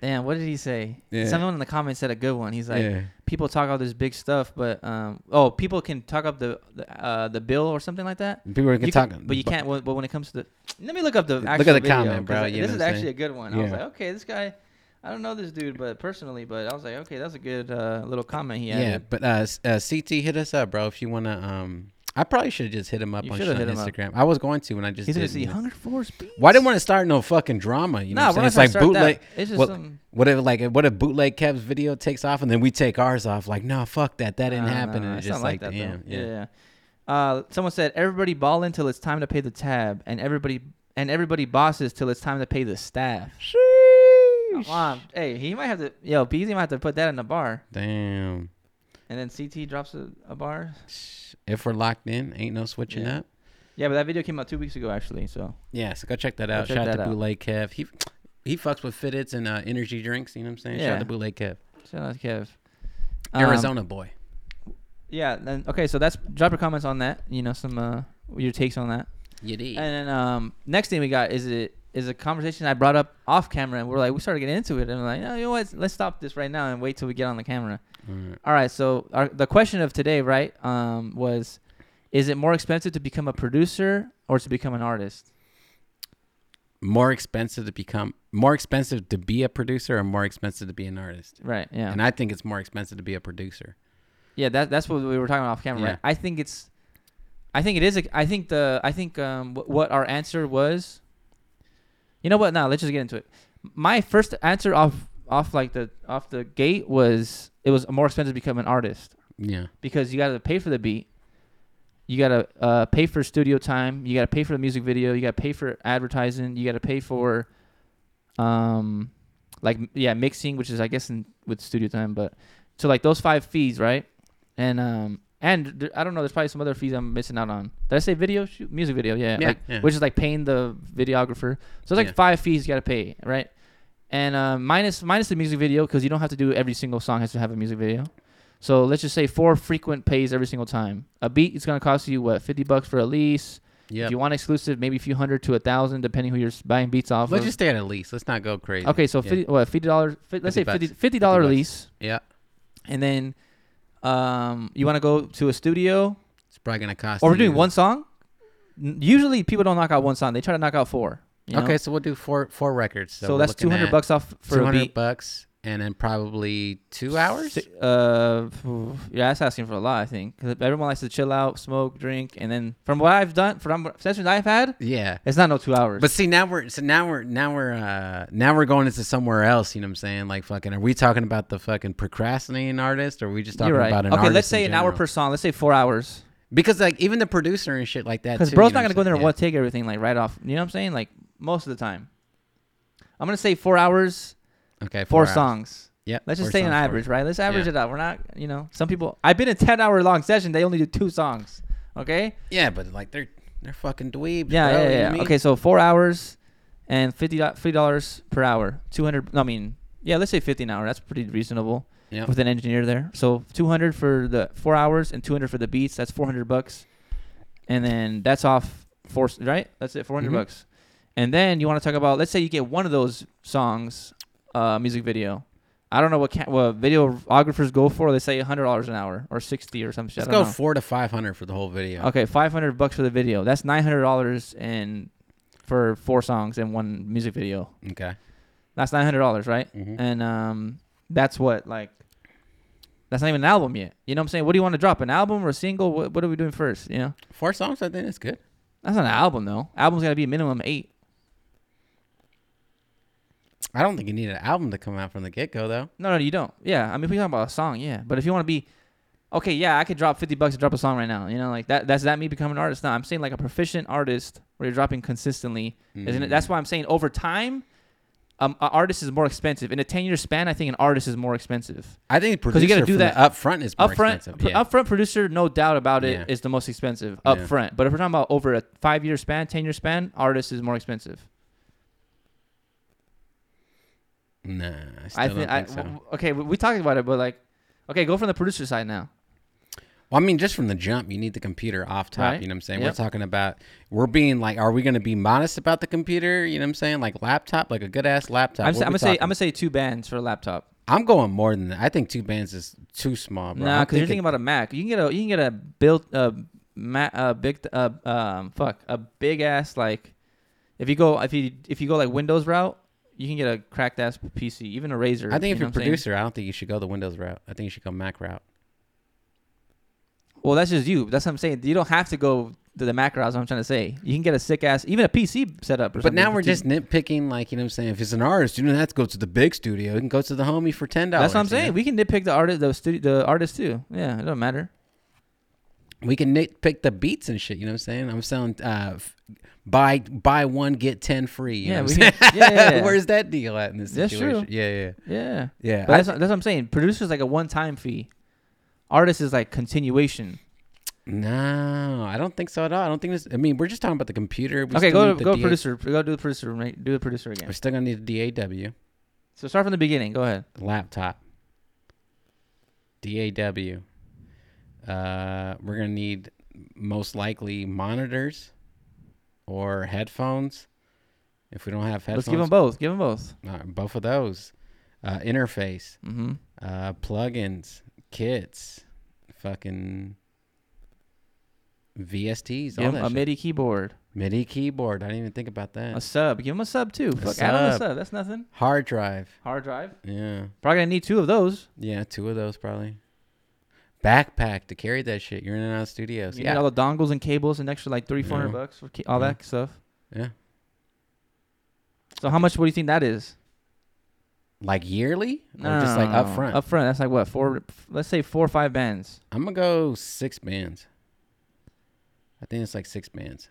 Speaker 2: damn, what did he say?
Speaker 1: Yeah.
Speaker 2: Someone in the comments said a good one. He's like,
Speaker 1: yeah,
Speaker 2: people talk all this big stuff, but um, oh, people can talk up the the, uh, the bill or something like that.
Speaker 1: people can
Speaker 2: You
Speaker 1: talk,
Speaker 2: could- but you can't. Well, but when it comes to the, let me look up the
Speaker 1: Look
Speaker 2: actual
Speaker 1: at the
Speaker 2: video,
Speaker 1: comment, bro,
Speaker 2: 'cause
Speaker 1: you know
Speaker 2: this
Speaker 1: what
Speaker 2: is
Speaker 1: I'm
Speaker 2: actually
Speaker 1: saying?
Speaker 2: a good one. I was
Speaker 1: Yeah.
Speaker 2: like, okay, this guy. I don't know this dude, but personally, but I was like, okay, that's a good uh, little comment he
Speaker 1: Yeah,
Speaker 2: added.
Speaker 1: but uh, s- uh, CT hit us up, bro. If you wanna, um, I probably should have just hit him up
Speaker 2: You
Speaker 1: on, shit
Speaker 2: should've
Speaker 1: on
Speaker 2: hit him up.
Speaker 1: Instagram. I was going to, and I just
Speaker 2: He's gonna
Speaker 1: didn't.
Speaker 2: see
Speaker 1: you know.
Speaker 2: 104 speeds.
Speaker 1: Why didn't want to start no fucking drama? You know,
Speaker 2: nah,
Speaker 1: what I'm saying?
Speaker 2: we're
Speaker 1: it's like
Speaker 2: not gonna start that.
Speaker 1: bootleg.
Speaker 2: It's just
Speaker 1: what-
Speaker 2: some.
Speaker 1: What if like what if bootleg Kev's video takes off and then we take ours off? Like, no, fuck that. That didn't
Speaker 2: Nah, nah,
Speaker 1: happen.
Speaker 2: nah,
Speaker 1: and
Speaker 2: it's
Speaker 1: it's just
Speaker 2: not
Speaker 1: like,
Speaker 2: that, though.
Speaker 1: damn, yeah.
Speaker 2: yeah. Uh, someone said everybody ball in till it's time to pay the tab, and everybody and everybody bosses till it's time to pay the staff. Come on, hey, he might have to. Yo, BZ might have to put that in the bar,
Speaker 1: Damn.
Speaker 2: and then CT drops a, a bar.
Speaker 1: If we're locked in, ain't no switching
Speaker 2: Yeah.
Speaker 1: up.
Speaker 2: Yeah, but that video came out two weeks ago actually. So
Speaker 1: Yeah, so go check that
Speaker 2: Go
Speaker 1: out.
Speaker 2: check
Speaker 1: Shout out
Speaker 2: that
Speaker 1: to
Speaker 2: out.
Speaker 1: Bootleg Kev. He he fucks with Fitits and uh, energy drinks. You know what I'm saying? Shout out
Speaker 2: Yeah.
Speaker 1: to Bootleg Kev,
Speaker 2: shout out to Kev. Um,
Speaker 1: Arizona boy.
Speaker 2: Yeah. Then okay, so that's drop your comments on that. You know, some uh, your takes on that.
Speaker 1: You did.
Speaker 2: And then um, next thing we got is it is a conversation I brought up off camera, and we're like we started getting into it, and we're like, no, you know what? Let's stop this right now and wait till we get on the camera.
Speaker 1: Alright.
Speaker 2: All right. So our, the question of today, right, um, was, is it more expensive to become a producer or to become an artist?
Speaker 1: More expensive to become, more expensive to be a producer, or more expensive to be an artist.
Speaker 2: Right. Yeah.
Speaker 1: And I think it's more expensive to be a producer.
Speaker 2: Yeah, that that's what we were talking about off camera.
Speaker 1: Yeah.
Speaker 2: Right? I think it's, I think it is. a- I think the I think um wh- what our answer was. You know what? Now let's just get into it. My first answer off off like the off the gate was it was more expensive to become an artist
Speaker 1: Yeah,
Speaker 2: because you got to pay for the beat, you got to uh, pay for studio time, you got to pay for the music video, you got to pay for advertising, you got to pay for, um, like m- yeah, mixing, which is I guess in with studio time, but so like those five fees, right? And um, and th- I don't know. There's probably some other fees I'm missing out on. Did I say video shoot? Music video, yeah,
Speaker 1: Yeah,
Speaker 2: like-
Speaker 1: yeah.
Speaker 2: Which is like paying the videographer. So it's like
Speaker 1: Yeah.
Speaker 2: five fees you gotta pay, right? And uh, minus minus the music video because you don't have to do every single song has to have a music video. So let's just say four frequent pays every single time. A beat is gonna cost you what fifty bucks for a lease.
Speaker 1: Yeah.
Speaker 2: If you want exclusive, maybe a few hundred to a thousand, depending who you're s- buying beats off.
Speaker 1: Let's
Speaker 2: of.
Speaker 1: just stay at a lease. Let's not go crazy.
Speaker 2: okay, so
Speaker 1: Yeah.
Speaker 2: 50, what fifty dollars? Let's
Speaker 1: 50
Speaker 2: say
Speaker 1: bucks.
Speaker 2: fifty fifty dollar
Speaker 1: bucks.
Speaker 2: lease,
Speaker 1: Yeah.
Speaker 2: and then um, you want to go to a studio
Speaker 1: It's probably gonna cost.
Speaker 2: or we're doing
Speaker 1: you-
Speaker 2: one song. N- Usually people don't knock out one song; they try to knock out four. you know?
Speaker 1: okay, so we'll do four four records. So,
Speaker 2: so, that's two hundred bucks off for
Speaker 1: Two
Speaker 2: a
Speaker 1: hundred
Speaker 2: beat.
Speaker 1: bucks, and then probably two hours.
Speaker 2: Si- Uh, phew, yeah, that's asking for a lot. I think 'Cause everyone likes to chill out, smoke, drink, and then from what I've done, from sessions I've had,
Speaker 1: Yeah.
Speaker 2: it's not no two hours.
Speaker 1: But see now we're so now we're now we're uh now we're going into somewhere else, you know what I'm saying? Like fucking are we talking about the fucking procrastinating artist or are we just talking
Speaker 2: you're right.
Speaker 1: about an
Speaker 2: Okay,
Speaker 1: artist
Speaker 2: let's say
Speaker 1: in
Speaker 2: an hour
Speaker 1: general?
Speaker 2: per song. Let's say four hours.
Speaker 1: Because like even the producer and shit like that
Speaker 2: Because
Speaker 1: too,
Speaker 2: bro's
Speaker 1: you know
Speaker 2: not gonna go
Speaker 1: what
Speaker 2: in there
Speaker 1: I'm
Speaker 2: and one take everything like right off. You know what I'm saying? Like most of the time, I'm gonna say four hours,
Speaker 1: saying? Yeah. Okay,
Speaker 2: four,
Speaker 1: hours.
Speaker 2: songs.
Speaker 1: Yep.
Speaker 2: Let's just
Speaker 1: four
Speaker 2: say
Speaker 1: songs,
Speaker 2: an
Speaker 1: four-
Speaker 2: average, right? Let's average
Speaker 1: Yeah.
Speaker 2: it out. We're not, you know, some people. I've been in ten hour long session. They only do two songs. Okay.
Speaker 1: Yeah, but like they're they're fucking dweebs.
Speaker 2: Yeah,
Speaker 1: bro, you know
Speaker 2: yeah,
Speaker 1: what I
Speaker 2: yeah.
Speaker 1: mean?
Speaker 2: Okay, so four hours and fifty dollars per hour. Two hundred. No, I mean, yeah. Let's say fifty an hour. That's pretty reasonable
Speaker 1: Yeah.
Speaker 2: with an engineer there. So two hundred for the four hours and two hundred for the beats. That's four hundred bucks, and then that's off four. s- Right. That's it. Four
Speaker 1: Mhm.
Speaker 2: bucks. And then you want to talk about. Let's say you get one of those songs, uh, music video. I don't know what ca- what videographers go for. They say hundred dollars an hour or sixty or some shit.
Speaker 1: Let's
Speaker 2: I don't
Speaker 1: go
Speaker 2: know.
Speaker 1: four to five hundred for the whole video.
Speaker 2: Okay, five hundred bucks for the video. That's nine hundred dollars and for four songs and one music video.
Speaker 1: Okay.
Speaker 2: That's nine hundred dollars, right?
Speaker 1: Mhm.
Speaker 2: And um, that's what like, that's not even an album yet. You know what I'm saying? What do you want to drop? An album or a single? What What are we doing first? You know,
Speaker 1: Four songs, I think that's good.
Speaker 2: that's not an album though. Album's gotta be minimum eight.
Speaker 1: I don't think you need an album to come out from the get go though.
Speaker 2: No, no, you don't. Yeah, I mean, if we're talking about a song, yeah. But if you want to be, okay, yeah, I could drop fifty bucks to drop a song right now. You know, like that. That's that me becoming an artist. No, I'm saying like a proficient artist where you're dropping consistently. Isn't it?
Speaker 1: Mm.
Speaker 2: That's why I'm saying over time, um, an artist is more expensive. In a ten year span, I think an artist is more expensive.
Speaker 1: Mm-hmm. I think
Speaker 2: Because
Speaker 1: producer
Speaker 2: you gotta do
Speaker 1: for
Speaker 2: that
Speaker 1: the upfront is more
Speaker 2: Upfront,
Speaker 1: expensive.
Speaker 2: pr-
Speaker 1: yeah.
Speaker 2: upfront producer, no doubt about it, is
Speaker 1: Yeah.
Speaker 2: the most expensive
Speaker 1: Yeah.
Speaker 2: upfront. But if we're talking about over a five year span, ten year span, artist is more expensive.
Speaker 1: Nah, I still
Speaker 2: I
Speaker 1: don't
Speaker 2: think. I,
Speaker 1: think so.
Speaker 2: w- okay, we, we talked about it, but like, okay, go from the producer side now.
Speaker 1: Well, I mean, just from the jump, you need the computer off top.
Speaker 2: Right.
Speaker 1: You know what I'm saying?
Speaker 2: Yep.
Speaker 1: We're talking about we're being like, are we going to be modest about the computer? You know what I'm saying? Like laptop, like a good ass laptop.
Speaker 2: I'm,
Speaker 1: What
Speaker 2: sa-
Speaker 1: we
Speaker 2: I'm gonna say I'm
Speaker 1: talking?
Speaker 2: gonna say two bands for a laptop.
Speaker 1: I'm going more than that. I think two bands is too small, bro.
Speaker 2: Nah,
Speaker 1: I'm
Speaker 2: because you're thinking about a Mac. You can get a you can get a built a ma- a big uh, um fuck a big ass like if you go if you if you go like Windows route, you can get a cracked ass PC, even a Razer.
Speaker 1: I think if
Speaker 2: you
Speaker 1: you're a
Speaker 2: know what I'm saying?
Speaker 1: producer, I don't think you should go the Windows route. I think you should go Mac route.
Speaker 2: well, that's just you. That's what I'm saying. You don't have to go to the Mac route. That's what I'm trying to say. You can get a sick ass even a PC setup. Or
Speaker 1: But
Speaker 2: something
Speaker 1: now
Speaker 2: for
Speaker 1: we're
Speaker 2: two-
Speaker 1: just nitpicking, like you know what I'm saying. If it's an artist, you don't have to go to the big studio. You can go to the homie for ten dollars.
Speaker 2: That's what I'm saying. We can nitpick the artist, the studio, the artist too. Yeah, it don't matter.
Speaker 1: we can nitpick the beats and shit. You know what I'm saying? I'm selling uh, f- buy buy one get ten free. You
Speaker 2: Yeah,
Speaker 1: know what
Speaker 2: we
Speaker 1: I'm
Speaker 2: can-
Speaker 1: saying?
Speaker 2: yeah, yeah, yeah.
Speaker 1: Where's that deal at in this
Speaker 2: That's
Speaker 1: situation?
Speaker 2: true.
Speaker 1: Yeah, yeah,
Speaker 2: Yeah.
Speaker 1: yeah.
Speaker 2: But
Speaker 1: I-
Speaker 2: that's, what- that's what I'm saying. Producer's like a one time fee. Artist is like continuation.
Speaker 1: no, I don't think so at all. I don't think this. I mean, we're just talking about the computer. We
Speaker 2: okay,
Speaker 1: still
Speaker 2: go
Speaker 1: need the
Speaker 2: go
Speaker 1: DA
Speaker 2: producer. Go do the producer. Right? Do the producer again.
Speaker 1: We're still gonna need a DAW
Speaker 2: So start from the beginning. Go ahead.
Speaker 1: laptop. DAW. Uh, we're gonna need most likely monitors or headphones. If we don't have headphones,
Speaker 2: Let's give them both. Give them both.
Speaker 1: Uh, both of those. Uh, interface,
Speaker 2: Mm-hmm.
Speaker 1: uh, plugins, kits, fucking VSTs, all
Speaker 2: Give 'em
Speaker 1: that
Speaker 2: a
Speaker 1: shit.
Speaker 2: MIDI keyboard.
Speaker 1: MIDI keyboard. I didn't even think about
Speaker 2: A
Speaker 1: that.
Speaker 2: sub. Give them a sub too. Fuck, add on a
Speaker 1: sub.
Speaker 2: sub. That's nothing.
Speaker 1: Hard drive.
Speaker 2: Hard drive.
Speaker 1: Yeah.
Speaker 2: Probably gonna need two of those.
Speaker 1: Yeah, two of those probably. Backpack to carry that shit. You're in and out of studios.
Speaker 2: You
Speaker 1: yeah.
Speaker 2: need all the dongles and cables and extra like three, four hundred
Speaker 1: Yeah.
Speaker 2: bucks for ca- all
Speaker 1: Yeah.
Speaker 2: that stuff.
Speaker 1: yeah.
Speaker 2: So how much? What do you think that is?
Speaker 1: Like yearly? Or just like up front?
Speaker 2: Up front. That's like what four? Let's say four or five bands.
Speaker 1: I'm going to go six bands. I think it's like six bands.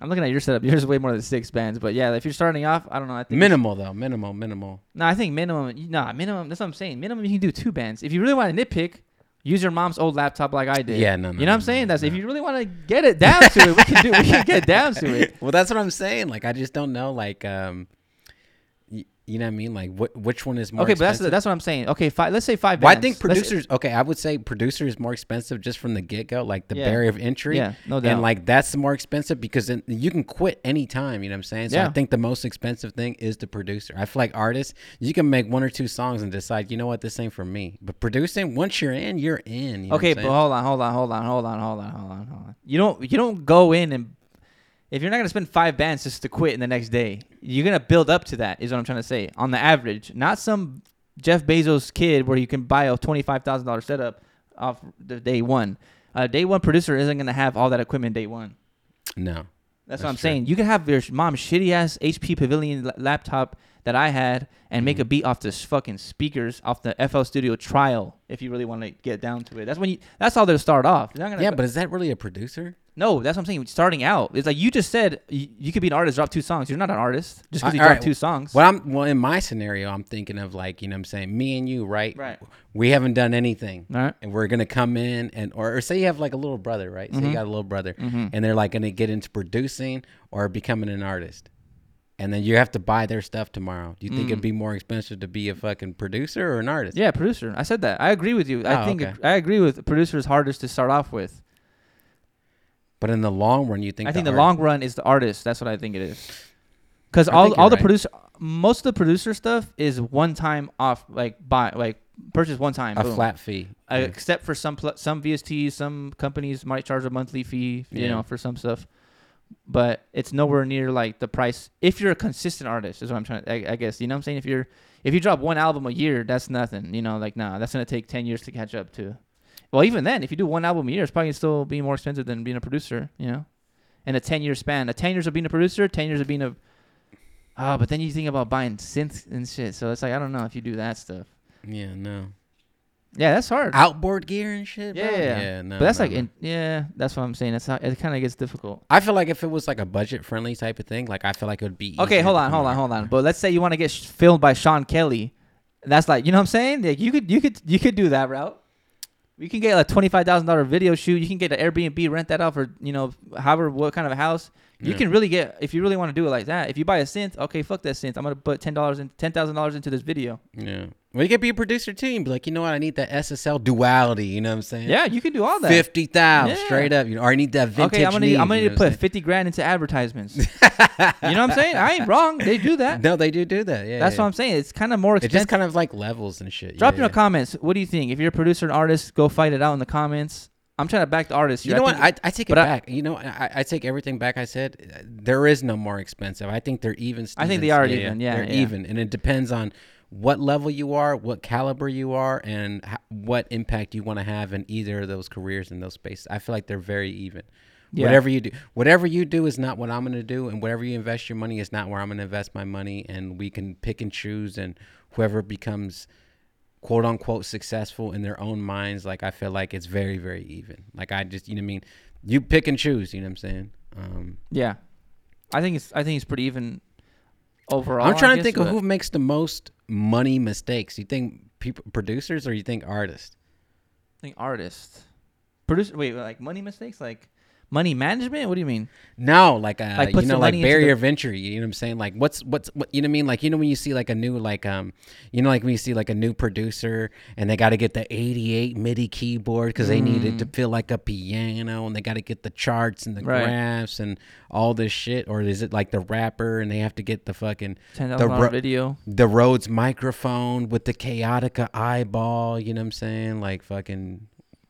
Speaker 2: I'm looking at your setup. Yours is way more than six bands. But yeah, if you're starting off, I don't know. I think
Speaker 1: Minimal, though. Minimal, minimal.
Speaker 2: No, I think minimum. Nah, minimum. That's what I'm saying. Minimum, you can do two bands. If you really want to nitpick, Use your mom's old laptop like I did.
Speaker 1: Yeah, no, no,
Speaker 2: You know
Speaker 1: no,
Speaker 2: what I'm
Speaker 1: no,
Speaker 2: saying? That's if
Speaker 1: no.
Speaker 2: you really want to get it down to it, we can do. We can get down to it.
Speaker 1: well, that's what I'm saying. Like, I just don't know. Like, um, y- you know what I mean? Like, what which one is more?
Speaker 2: okay, but that's
Speaker 1: expensive?
Speaker 2: the, that's what I'm saying. Okay, five. Let's say five.
Speaker 1: Well, I
Speaker 2: bands.
Speaker 1: think
Speaker 2: Let's-
Speaker 1: producers. Okay, I would say producer is more expensive just from the get go, like the
Speaker 2: Yeah.
Speaker 1: barrier of entry.
Speaker 2: Yeah, no doubt.
Speaker 1: And like that's more expensive because then you can quit anytime. You know what I'm saying? So I
Speaker 2: Yeah.
Speaker 1: think the most expensive thing is the producer. I feel like artists, you can make one or two songs and decide, you know what, this ain't for me. But producing, once you're in, you're in. You know what
Speaker 2: okay,
Speaker 1: I'm
Speaker 2: but
Speaker 1: saying?
Speaker 2: hold on, hold on, hold on, hold on, hold on, hold on, hold on. You don't you don't go in and if you're not gonna spend five bands just to quit in the next day, you're gonna build up to that. Is what I'm trying to say. On the average, not some Jeff Bezos kid where you can buy a twenty five thousand dollar setup off the day one. Uh, day one producer isn't gonna have all that equipment day one.
Speaker 1: no.
Speaker 2: That's,
Speaker 1: That's
Speaker 2: what I'm
Speaker 1: true.
Speaker 2: saying. You can have your sh- mom's shitty ass HP Pavilion la- laptop that I had and
Speaker 1: Mm-hmm.
Speaker 2: make a beat off this fucking speakers off the FL Studio trial if you really want to get down to it. That's when you. That's how they'll start off. They're not gonna-
Speaker 1: Yeah, but is that really a producer?
Speaker 2: no, that's what I'm saying. Starting out, it's like you just said you, you could be an artist, drop two songs. You're not an artist just because
Speaker 1: Uh,
Speaker 2: you
Speaker 1: all
Speaker 2: dropped
Speaker 1: right.
Speaker 2: two songs.
Speaker 1: Well, I'm well in my scenario. I'm thinking of like you know what I'm saying me and you, right?
Speaker 2: Right.
Speaker 1: We haven't done anything,
Speaker 2: All right.
Speaker 1: and we're gonna come in and or, or say you have like a little brother, right? Say you
Speaker 2: Mm-hmm.
Speaker 1: got a little brother, and they're like gonna get into producing or becoming an artist, and then you have to buy their stuff tomorrow. Do you think it'd be more expensive to be a fucking producer or an artist?
Speaker 2: Mm. Yeah, producer. I said that. I agree with you. I
Speaker 1: Oh,
Speaker 2: think
Speaker 1: okay.
Speaker 2: I agree with producer is hardest to start off with.
Speaker 1: But in the long run, you think
Speaker 2: I think the,
Speaker 1: the art-
Speaker 2: long run is the artist. That's what I think it is. Because
Speaker 1: I
Speaker 2: all
Speaker 1: think you're
Speaker 2: all the
Speaker 1: right.
Speaker 2: producer, most of the producer stuff is one time off, like buy, like purchase one time,
Speaker 1: a
Speaker 2: boom.
Speaker 1: flat fee.
Speaker 2: Uh,
Speaker 1: Yeah.
Speaker 2: except for some pl- some VSTs, some companies might charge a monthly fee, you
Speaker 1: Yeah.
Speaker 2: know, for some stuff. But it's nowhere near like the price. If you're a consistent artist, is what I'm trying. I, I guess you know what I'm saying. If you're if you drop one album a year, that's nothing. You know, like nah, that's gonna take ten years to catch up to. Well, even then, if you do one album a year, it's probably gonna still be more expensive than being a producer. You know, in a ten year span, a ten years of being a producer, ten years of being a Oh, but then you think about buying synths and shit. So it's like I don't know if you do that stuff.
Speaker 1: Yeah, no.
Speaker 2: Yeah, that's hard.
Speaker 1: Outboard gear and shit. bro?
Speaker 2: Yeah, yeah, yeah.
Speaker 1: no.
Speaker 2: But that's
Speaker 1: no,
Speaker 2: like,
Speaker 1: no.
Speaker 2: in, yeah, that's what I'm saying. That's not, it kind of gets difficult.
Speaker 1: I feel like if it was like a budget friendly type of thing, like I feel like it would be.
Speaker 2: Okay,
Speaker 1: easier
Speaker 2: hold
Speaker 1: to
Speaker 2: on,
Speaker 1: become
Speaker 2: hold
Speaker 1: an
Speaker 2: on, hold
Speaker 1: artist.
Speaker 2: on. But let's say you want to get sh- filmed by Sean Kelly. That's like, you know what I'm saying? Like you could, you could, you could do that route. You can get a twenty-five thousand dollar video shoot. You can get an Airbnb, rent that out for you know however what kind of a house. You
Speaker 1: Yeah.
Speaker 2: can really get if you really want to do it like that. If you buy a synth, okay, fuck that synth. I'm gonna put ten dollars in ten thousand dollars into this video.
Speaker 1: Yeah. Well, you could be a producer too. and be like, you know what? I need that SSL duality. You know what I'm saying?
Speaker 2: Yeah, you can do all that.
Speaker 1: Fifty thousand
Speaker 2: Yeah.
Speaker 1: straight up. You know, or I need that vintage.
Speaker 2: okay, I'm gonna need,
Speaker 1: need,
Speaker 2: I'm gonna
Speaker 1: you
Speaker 2: need to
Speaker 1: know what
Speaker 2: put fifty grand into advertisements. you know what I'm saying? I ain't wrong. They do
Speaker 1: I'm saying?
Speaker 2: that.
Speaker 1: No, they do do that. Yeah.
Speaker 2: That's
Speaker 1: yeah.
Speaker 2: what I'm saying. It's kind of more
Speaker 1: It's
Speaker 2: expensive.
Speaker 1: just kind of like levels and shit.
Speaker 2: Drop
Speaker 1: yeah,
Speaker 2: in the
Speaker 1: yeah.
Speaker 2: comments. What do you think? If you're a producer and artist, go fight it out in the comments. I'm trying to back the artist.
Speaker 1: You
Speaker 2: here.
Speaker 1: know what?
Speaker 2: think-
Speaker 1: I, I take it
Speaker 2: but I-
Speaker 1: back. you know, I, I take everything back. I said there is no more expensive. I think they're even.
Speaker 2: I think they
Speaker 1: Stevens.
Speaker 2: are even. Yeah,
Speaker 1: they're
Speaker 2: yeah.
Speaker 1: even, and it depends on what level you are, what caliber you are, and h- what impact you want to have in either of those careers in those spaces. I feel like they're very even.
Speaker 2: Yeah.
Speaker 1: Whatever you do, whatever you do is not what I'm going to do, and whatever you invest your money is not where I'm going to invest my money. And we can pick and choose, and whoever becomes quote unquote successful in their own minds, like I feel like it's very, very even. Like I just, you know what I mean? You pick and choose, you know what I'm saying? Um,
Speaker 2: yeah, I think it's I think it's pretty even overall.
Speaker 1: I'm
Speaker 2: Oh, I
Speaker 1: trying to
Speaker 2: guess,
Speaker 1: think of
Speaker 2: but-
Speaker 1: who makes the most money mistakes. You think people, producers or you think artists?
Speaker 2: I think artist, producer. Wait, like money mistakes, like money management. What do you mean?
Speaker 1: No, like, uh,
Speaker 2: Like, put
Speaker 1: you know,
Speaker 2: some
Speaker 1: like
Speaker 2: money into
Speaker 1: barrier
Speaker 2: the-
Speaker 1: of entry, you know what I'm saying? Like what's, what's, what, you know what I mean? Like, you know, when you see like a new, like, um, you know, like when you see like a new producer and they got to get the 88 MIDI keyboard because they need it to feel like a piano and they got to get the charts and the
Speaker 2: Mm. Right.
Speaker 1: graphs and all this shit. Or is it like the rapper and they have to get the fucking,
Speaker 2: Ten
Speaker 1: The
Speaker 2: thousand
Speaker 1: ro-
Speaker 2: dollar video.
Speaker 1: the Rhodes microphone with the Chaotica eyeball. You know what I'm saying? Like fucking,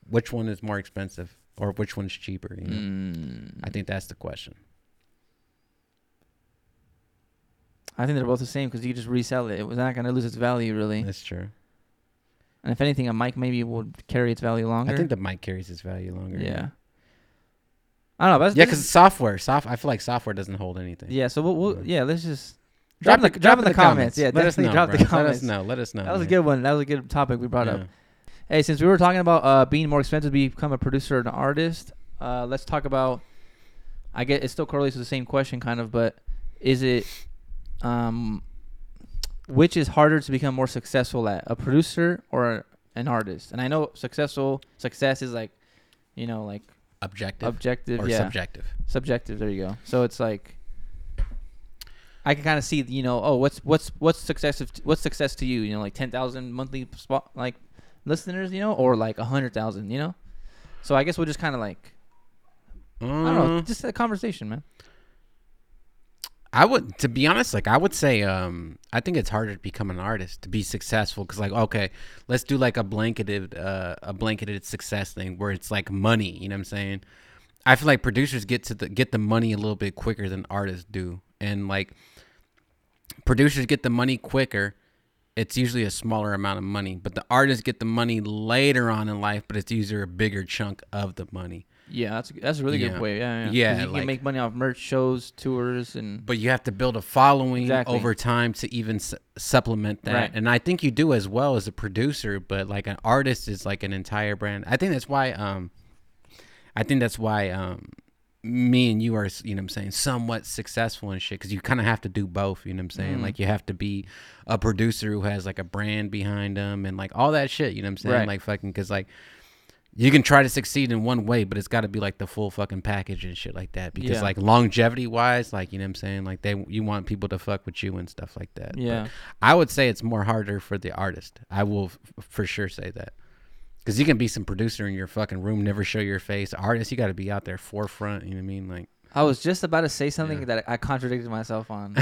Speaker 1: which one is more expensive or which one's cheaper? You know?
Speaker 2: Mm.
Speaker 1: I think that's the question.
Speaker 2: I think they're both the same because you just resell it. It was not gonna lose its value really.
Speaker 1: That's true.
Speaker 2: And if anything, a mic maybe would carry its value longer.
Speaker 1: I think the mic carries its value longer.
Speaker 2: yeah. I don't know. But
Speaker 1: Yeah,
Speaker 2: that's-
Speaker 1: because software, soft. I feel like software doesn't hold anything.
Speaker 2: Yeah, so we'll, we'll
Speaker 1: Yeah.
Speaker 2: yeah, let's just drop, the drop in the comments. Yeah,
Speaker 1: let us
Speaker 2: definitely
Speaker 1: know.
Speaker 2: drop
Speaker 1: bro.
Speaker 2: the comments.
Speaker 1: Let us know. Let us know.
Speaker 2: That was a
Speaker 1: man.
Speaker 2: good one. That was a good topic we brought
Speaker 1: Yeah.
Speaker 2: up. Hey, since we were talking about uh, being more expensive to become a producer and an artist, uh, let's talk about. I get it still correlates to the same question, kind of, but is it, um, which is harder to become more successful at, a producer or an artist? And I know successful success is like, you know, like
Speaker 1: objective
Speaker 2: objective,
Speaker 1: or
Speaker 2: yeah,
Speaker 1: subjective.
Speaker 2: subjective. There you go. So it's like, I can kind of see, you know, oh, what's what's what's success? Of, what's success to you? You know, like ten thousand monthly spot like listeners, you know, or like a hundred thousand, you know. So I guess we'll just kind of like, I don't know,
Speaker 1: Uh,
Speaker 2: just a conversation, man.
Speaker 1: I would, to be honest, like I would say, um, I think it's harder to become an artist to be successful because, like, okay, let's do like a blanketed, uh, a blanketed success thing where it's like money. You know what I'm saying? I feel like producers get to the get the money a little bit quicker than artists do, and like producers get the money quicker. It's usually a smaller amount of money, but the artists get the money later on in life, but it's usually a bigger chunk of the money.
Speaker 2: Yeah, that's that's a really
Speaker 1: Yeah.
Speaker 2: good way. Yeah, yeah. 'Cause
Speaker 1: Yeah,
Speaker 2: you
Speaker 1: like-
Speaker 2: can make money off merch, shows, tours, and
Speaker 1: but you have to build a following
Speaker 2: Mm-hmm. Exactly.
Speaker 1: over time to even su- supplement that
Speaker 2: Right.
Speaker 1: and i think you do as well as a producer but like an artist is like an entire brand i think that's why um i think that's why um me and you are you know what i'm saying somewhat successful and shit because you kind of have to do both you know what i'm saying
Speaker 2: Mhm.
Speaker 1: like you have to be a producer who has like a brand behind them and like all that shit you know what i'm saying
Speaker 2: Right.
Speaker 1: like fucking because like you can try to succeed in one way, but it's got to be like the full fucking package and shit like that. Because
Speaker 2: Yeah.
Speaker 1: like longevity wise, like you know what I'm saying, like they you want people to fuck with you and stuff like that. But
Speaker 2: yeah,
Speaker 1: I would say it's more harder for the artist. I will f- for sure say that because you can be some producer in your fucking room, never show your face. Artist, you got to be out there forefront. You know what I mean? Like,
Speaker 2: I was just about to say something
Speaker 1: Yeah.
Speaker 2: that I contradicted myself on,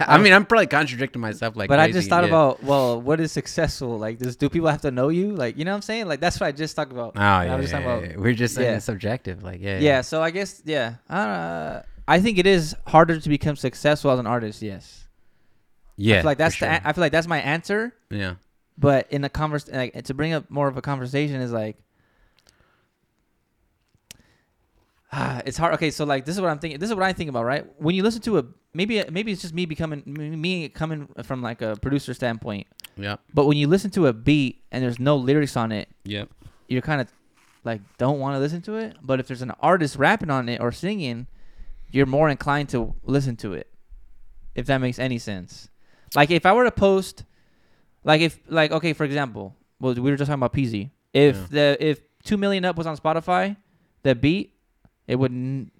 Speaker 1: I mean, I'm probably contradicting myself. Like,
Speaker 2: but I
Speaker 1: crazy,
Speaker 2: just thought
Speaker 1: yeah.
Speaker 2: about well, what is successful? Like, does do people have to know you? Like, you know what I'm saying? Like, that's what I just talked about.
Speaker 1: Oh
Speaker 2: I
Speaker 1: yeah,
Speaker 2: was just
Speaker 1: yeah,
Speaker 2: talking about-
Speaker 1: yeah. we're just saying
Speaker 2: yeah.
Speaker 1: it's subjective. Like, yeah,
Speaker 2: Yeah. so I guess yeah, uh, I think it is harder to become successful as an artist. Yes,
Speaker 1: yeah.
Speaker 2: I feel
Speaker 1: for
Speaker 2: like that's
Speaker 1: sure.
Speaker 2: the, a- I feel like that's my answer.
Speaker 1: yeah.
Speaker 2: But in a convers like, to bring up more of a conversation is like, ah, it's hard. Okay, so like this is what I'm thinking. This is what I think about, right? When you listen to a maybe maybe it's just me becoming me- me coming from like a producer standpoint.
Speaker 1: Yep.
Speaker 2: But when you listen to a beat and there's no lyrics on it,
Speaker 1: Yep.
Speaker 2: you're kind of like don't want to listen to it. But if there's an artist rapping on it or singing, you're more inclined to listen to it. If that makes any sense. Like if I were to post, like if like okay, for example, well we were just talking about PZ. If
Speaker 1: Yeah.
Speaker 2: the if two million up was on Spotify, the beat, it wouldn't.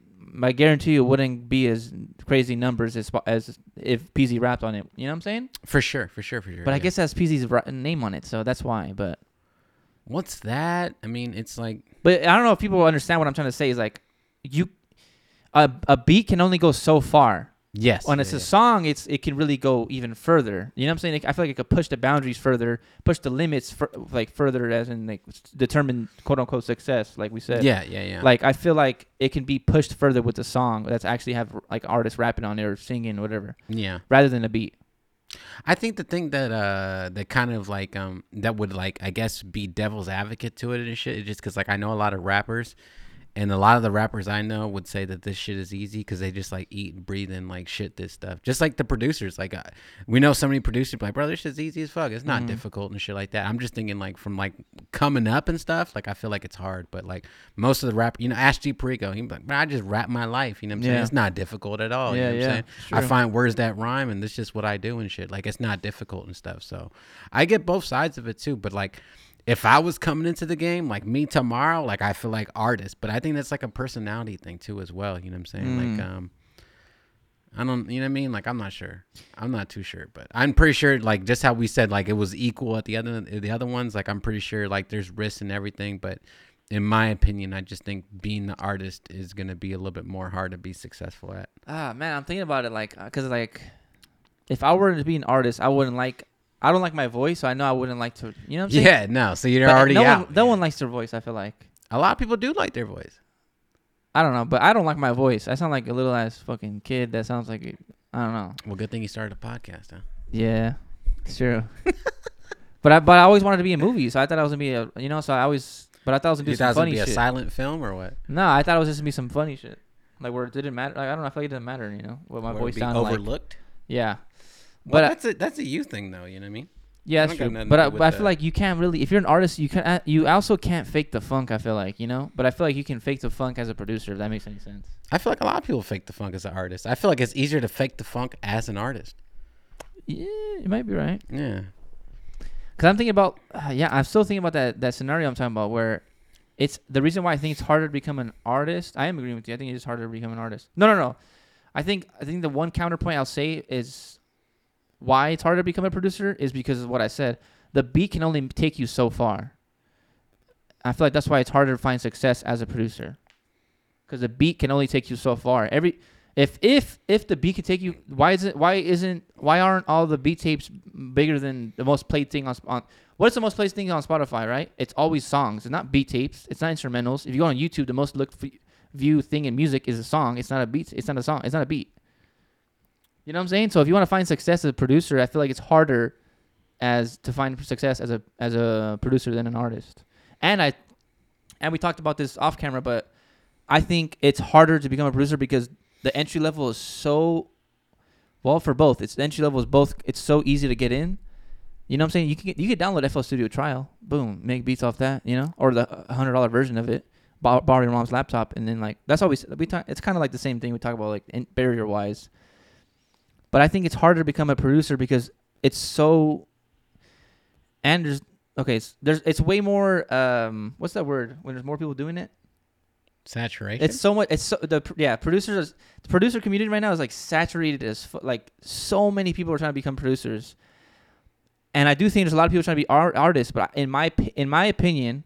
Speaker 2: I guarantee you, it wouldn't be as crazy numbers as Spo- as if PZ rapped on it. You know what I'm saying?
Speaker 1: For sure. For sure. For sure.
Speaker 2: But I
Speaker 1: yeah.
Speaker 2: guess that's PZ's ri- name on it, so that's why. But
Speaker 1: What's that? I mean, it's like
Speaker 2: But I don't know if people understand what I'm trying to say. Is like, you, a a beat can only go so far.
Speaker 1: yes.
Speaker 2: When it's
Speaker 1: yeah,
Speaker 2: a song, it's it can really go even further. You know what I'm saying? Like, I feel like it could push the boundaries further, push the limits for, like further, as in like s- determine quote unquote success, like we said.
Speaker 1: yeah, yeah, yeah.
Speaker 2: Like I feel like it can be pushed further with a song that's actually have like artists rapping on it or singing whatever,
Speaker 1: yeah.
Speaker 2: rather than a beat.
Speaker 1: I think the thing that uh that kind of like um that would like I guess be devil's advocate to it and shit is just because like I know a lot of rappers, and a lot of the rappers I know would say that this shit is easy because they just like eat and breathe and like shit this stuff. Just like the producers, like uh, we know so many producers be like bro, this shit's easy as fuck. It's not
Speaker 2: Mm-hmm.
Speaker 1: difficult and shit like that. I'm just thinking like from like coming up and stuff. Like I feel like it's hard, but like most of the rap, you know, ask G Perico, he be like, man, I just rap my life. You know what I'm saying?
Speaker 2: Yeah.
Speaker 1: It's not difficult at all. Oh, you
Speaker 2: Yeah,
Speaker 1: know what
Speaker 2: yeah,
Speaker 1: I'm saying?
Speaker 2: it's
Speaker 1: I
Speaker 2: true.
Speaker 1: find words that rhyme and this is just what I do and shit. Like it's not difficult and stuff. So I get both sides of it too. But like if I was coming into the game, like me tomorrow, like I feel like artist. But I think that's like a personality thing too as well. You know what I'm saying? Like um I don't you know what I mean? Like I'm not sure. I'm not too sure, but I'm pretty sure like just how we said like it was equal at the other the other ones, like I'm pretty sure like there's risks and everything, but in my opinion, I just think being the artist is gonna be a little bit more hard to be successful at.
Speaker 2: Ah man, I'm thinking about it like because like if I were to be an artist, I wouldn't like I don't like my voice, so I know I wouldn't like to. You know what I'm saying?
Speaker 1: Yeah, no. So you're
Speaker 2: But
Speaker 1: already
Speaker 2: no
Speaker 1: out.
Speaker 2: One, no one likes their voice. I feel like
Speaker 1: A lot of people do like their voice.
Speaker 2: I don't know, but I don't like my voice. I sound like a little ass fucking kid. That sounds like a- I don't know.
Speaker 1: Well, good thing you started a podcast, huh?
Speaker 2: Yeah, it's true. but I but I always wanted to be in movies, so I thought I was gonna be a you know. So I always but I thought I was gonna
Speaker 1: You
Speaker 2: do
Speaker 1: thought it
Speaker 2: some
Speaker 1: was gonna
Speaker 2: funny
Speaker 1: be a
Speaker 2: shit.
Speaker 1: silent film or what?
Speaker 2: no, I thought it was just gonna be some funny shit. Like where it didn't matter. Like I don't know. I feel like it didn't matter. You know what my
Speaker 1: Where it'd
Speaker 2: voice
Speaker 1: be
Speaker 2: sounded like.
Speaker 1: overlooked.
Speaker 2: Yeah. But
Speaker 1: well,
Speaker 2: I-
Speaker 1: that's a that's a you thing though. You know what I mean?
Speaker 2: Yeah,
Speaker 1: I
Speaker 2: that's
Speaker 1: don't got
Speaker 2: true.
Speaker 1: nothing
Speaker 2: But
Speaker 1: to
Speaker 2: I,
Speaker 1: do with
Speaker 2: but I feel
Speaker 1: that.
Speaker 2: like you can't really, if you're an artist, you can you also can't fake the funk. I feel like you know, but I feel like you can fake the funk as a producer. If that makes any sense.
Speaker 1: I feel like a lot of people fake the funk as an artist. I feel like it's easier to fake the funk as an artist.
Speaker 2: Yeah, you might be right.
Speaker 1: Yeah.
Speaker 2: Because I'm thinking about, uh, yeah, I'm still thinking about that that scenario I'm talking about where it's the reason why I think it's harder to become an artist. I am agreeing with you. I think it's harder to become an artist. No, no, no. I think I think the one counterpoint I'll say is why it's harder to become a producer is because of what I said. The beat can only take you so far. I feel like that's why it's harder to find success as a producer, because the beat can only take you so far. Every if if if the beat can take you, why isn't why isn't why aren't all the beat tapes bigger than the most played thing on Sp- on what's the most played thing on Spotify? Right, it's always songs. It's not beat tapes. It's not instrumentals. If you go on YouTube, the most looked f- view thing in music is a song. It's not a beat. It's not a song. It's not a beat. You know what I'm saying? So if you want to find success as a producer, I feel like it's harder as to find success as a as a producer than an artist. And I and we talked about this off camera, but I think it's harder to become a producer because the entry level is so well for both. It's the entry level is both. It's so easy to get in. You know what I'm saying? You can get, you could download FL Studio Trial, boom, make beats off that. You know, or the uh, hundred dollar version of it, bor- borrow your mom's laptop, and then like that's always we talk. It's kind of like the same thing we talk about like in, barrier wise. But I think it's harder to become a producer because it's so. And there's okay, it's, there's it's way more. Um, what's that word when there's more people doing it?
Speaker 1: Saturation.
Speaker 2: It's so much. It's so the pr- yeah producers. is- The producer community right now is like saturated as fu- like so many people are trying to become producers, and I do think there's a lot of people trying to be art, artists. But I- in my p- in my opinion,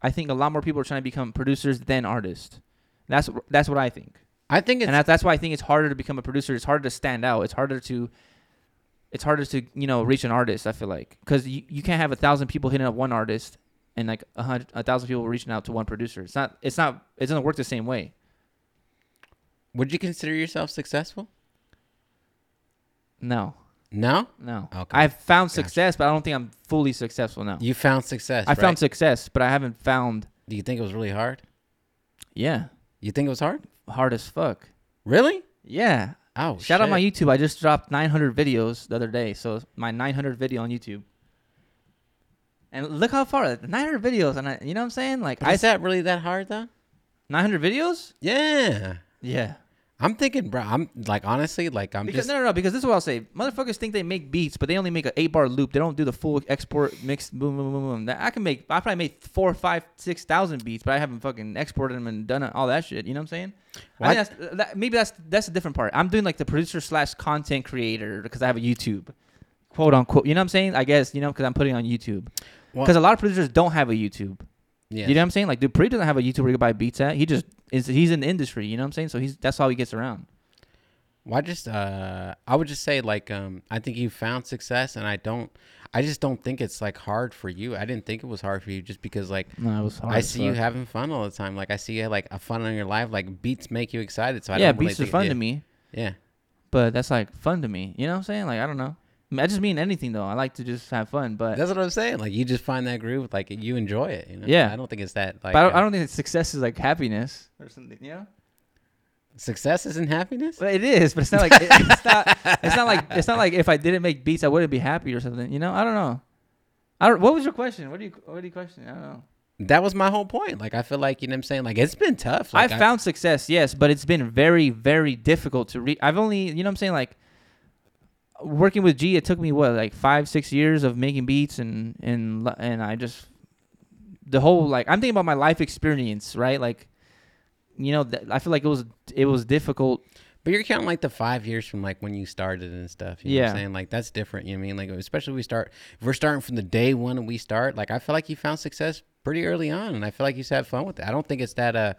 Speaker 2: I think a lot more people are trying to become producers than artists. That's wh- that's what I think,
Speaker 1: I think it's
Speaker 2: and that's that's why I think it's harder to become a producer. It's harder to stand out. It's harder to it's harder to you know reach an artist. I feel like because you, you can't have a thousand people hitting up one artist and like a hundred a thousand people reaching out to one producer. It's not it's not it doesn't work the same way.
Speaker 1: Would you consider yourself successful?
Speaker 2: No,
Speaker 1: No,
Speaker 2: no.
Speaker 1: Okay.
Speaker 2: I've found
Speaker 1: Gotcha.
Speaker 2: success, but I don't think I'm fully successful now.
Speaker 1: you found success.
Speaker 2: I
Speaker 1: right?
Speaker 2: found success, but I haven't found.
Speaker 1: Do you think it was really hard?
Speaker 2: Yeah,
Speaker 1: You think it was hard?
Speaker 2: hard as fuck.
Speaker 1: Really?
Speaker 2: Yeah.
Speaker 1: Oh,
Speaker 2: Shout out
Speaker 1: shit.
Speaker 2: my YouTube. I just dropped 900 videos the other day, so my 900 video on YouTube. And look how far 900 videos, and I, you know what I'm saying? Like
Speaker 1: But
Speaker 2: I
Speaker 1: is that really that hard though?
Speaker 2: 900 videos.
Speaker 1: Yeah.
Speaker 2: Yeah.
Speaker 1: I'm thinking, bro. I'm like honestly, like I'm
Speaker 2: because
Speaker 1: just
Speaker 2: no, no, no. Because this is what I'll say. Motherfuckers think they make beats, but they only make an eight-bar loop. They don't do the full export mix. Boom, boom, boom, boom. That I can make. I probably made four, five, six thousand beats, but I haven't fucking exported them and done all that shit. You know what I'm saying?
Speaker 1: Well,
Speaker 2: I think that's, that, maybe that's that's a different part. I'm doing like the producer slash content creator because I have a YouTube, quote unquote. You know what I'm saying? I guess you know because I'm putting it on YouTube.
Speaker 1: Well-
Speaker 2: Because a lot of producers don't have a YouTube.
Speaker 1: yeah.
Speaker 2: You know what I'm saying? Like Dupree doesn't have a YouTube where he can buy beats at. He just is. He's in the industry. You know what I'm saying? So he's that's how he gets around.
Speaker 1: Well, I just uh I would just say like um I think you found success and I don't I just don't think it's like hard for you. I didn't think it was hard for you just because like
Speaker 2: No, it was hard.
Speaker 1: I
Speaker 2: as
Speaker 1: see you
Speaker 2: fuck.
Speaker 1: having fun all the time. Like I see you have, like a fun in your life. Like beats make you excited. So I
Speaker 2: yeah,
Speaker 1: don't really
Speaker 2: beats are
Speaker 1: think-
Speaker 2: fun
Speaker 1: yeah,
Speaker 2: to me.
Speaker 1: Yeah.
Speaker 2: but that's like fun to me. You know what I'm saying? Like I don't know. I mean, I just mean anything though. I like to just have fun, but,
Speaker 1: That's what I'm saying. Like you just find that groove. Like you enjoy it. You know?
Speaker 2: Yeah.
Speaker 1: I don't think it's that like
Speaker 2: but I, don't, I
Speaker 1: uh,
Speaker 2: don't think that success is like happiness or something. You know?
Speaker 1: success isn't happiness.
Speaker 2: Well, it is, but it's not like it- it's not. It's not like it's not like if I didn't make beats, I wouldn't be happy or something. You know? I don't know. I don't, what was your question? What do you what do you question? I don't know.
Speaker 1: That was my whole point. Like I feel like you know what I'm saying. Like it's been tough. Like,
Speaker 2: I found success, yes, but it's been very, very difficult to reach. I've only, you know, what I'm saying like working with G. It took me what, like five, six years of making beats, and and li- and I just the whole like I'm thinking about my life experience, right? Like, you know, th- I feel like it was it was difficult.
Speaker 1: But you're counting like the five years from like when you started and stuff. You know what I'm
Speaker 2: Yeah.
Speaker 1: saying? Like that's different. You know what I mean? Like especially we start if we're starting from the day one and we start, like I feel like you found success pretty early on and I feel like you just had fun with it. I don't think it's that uh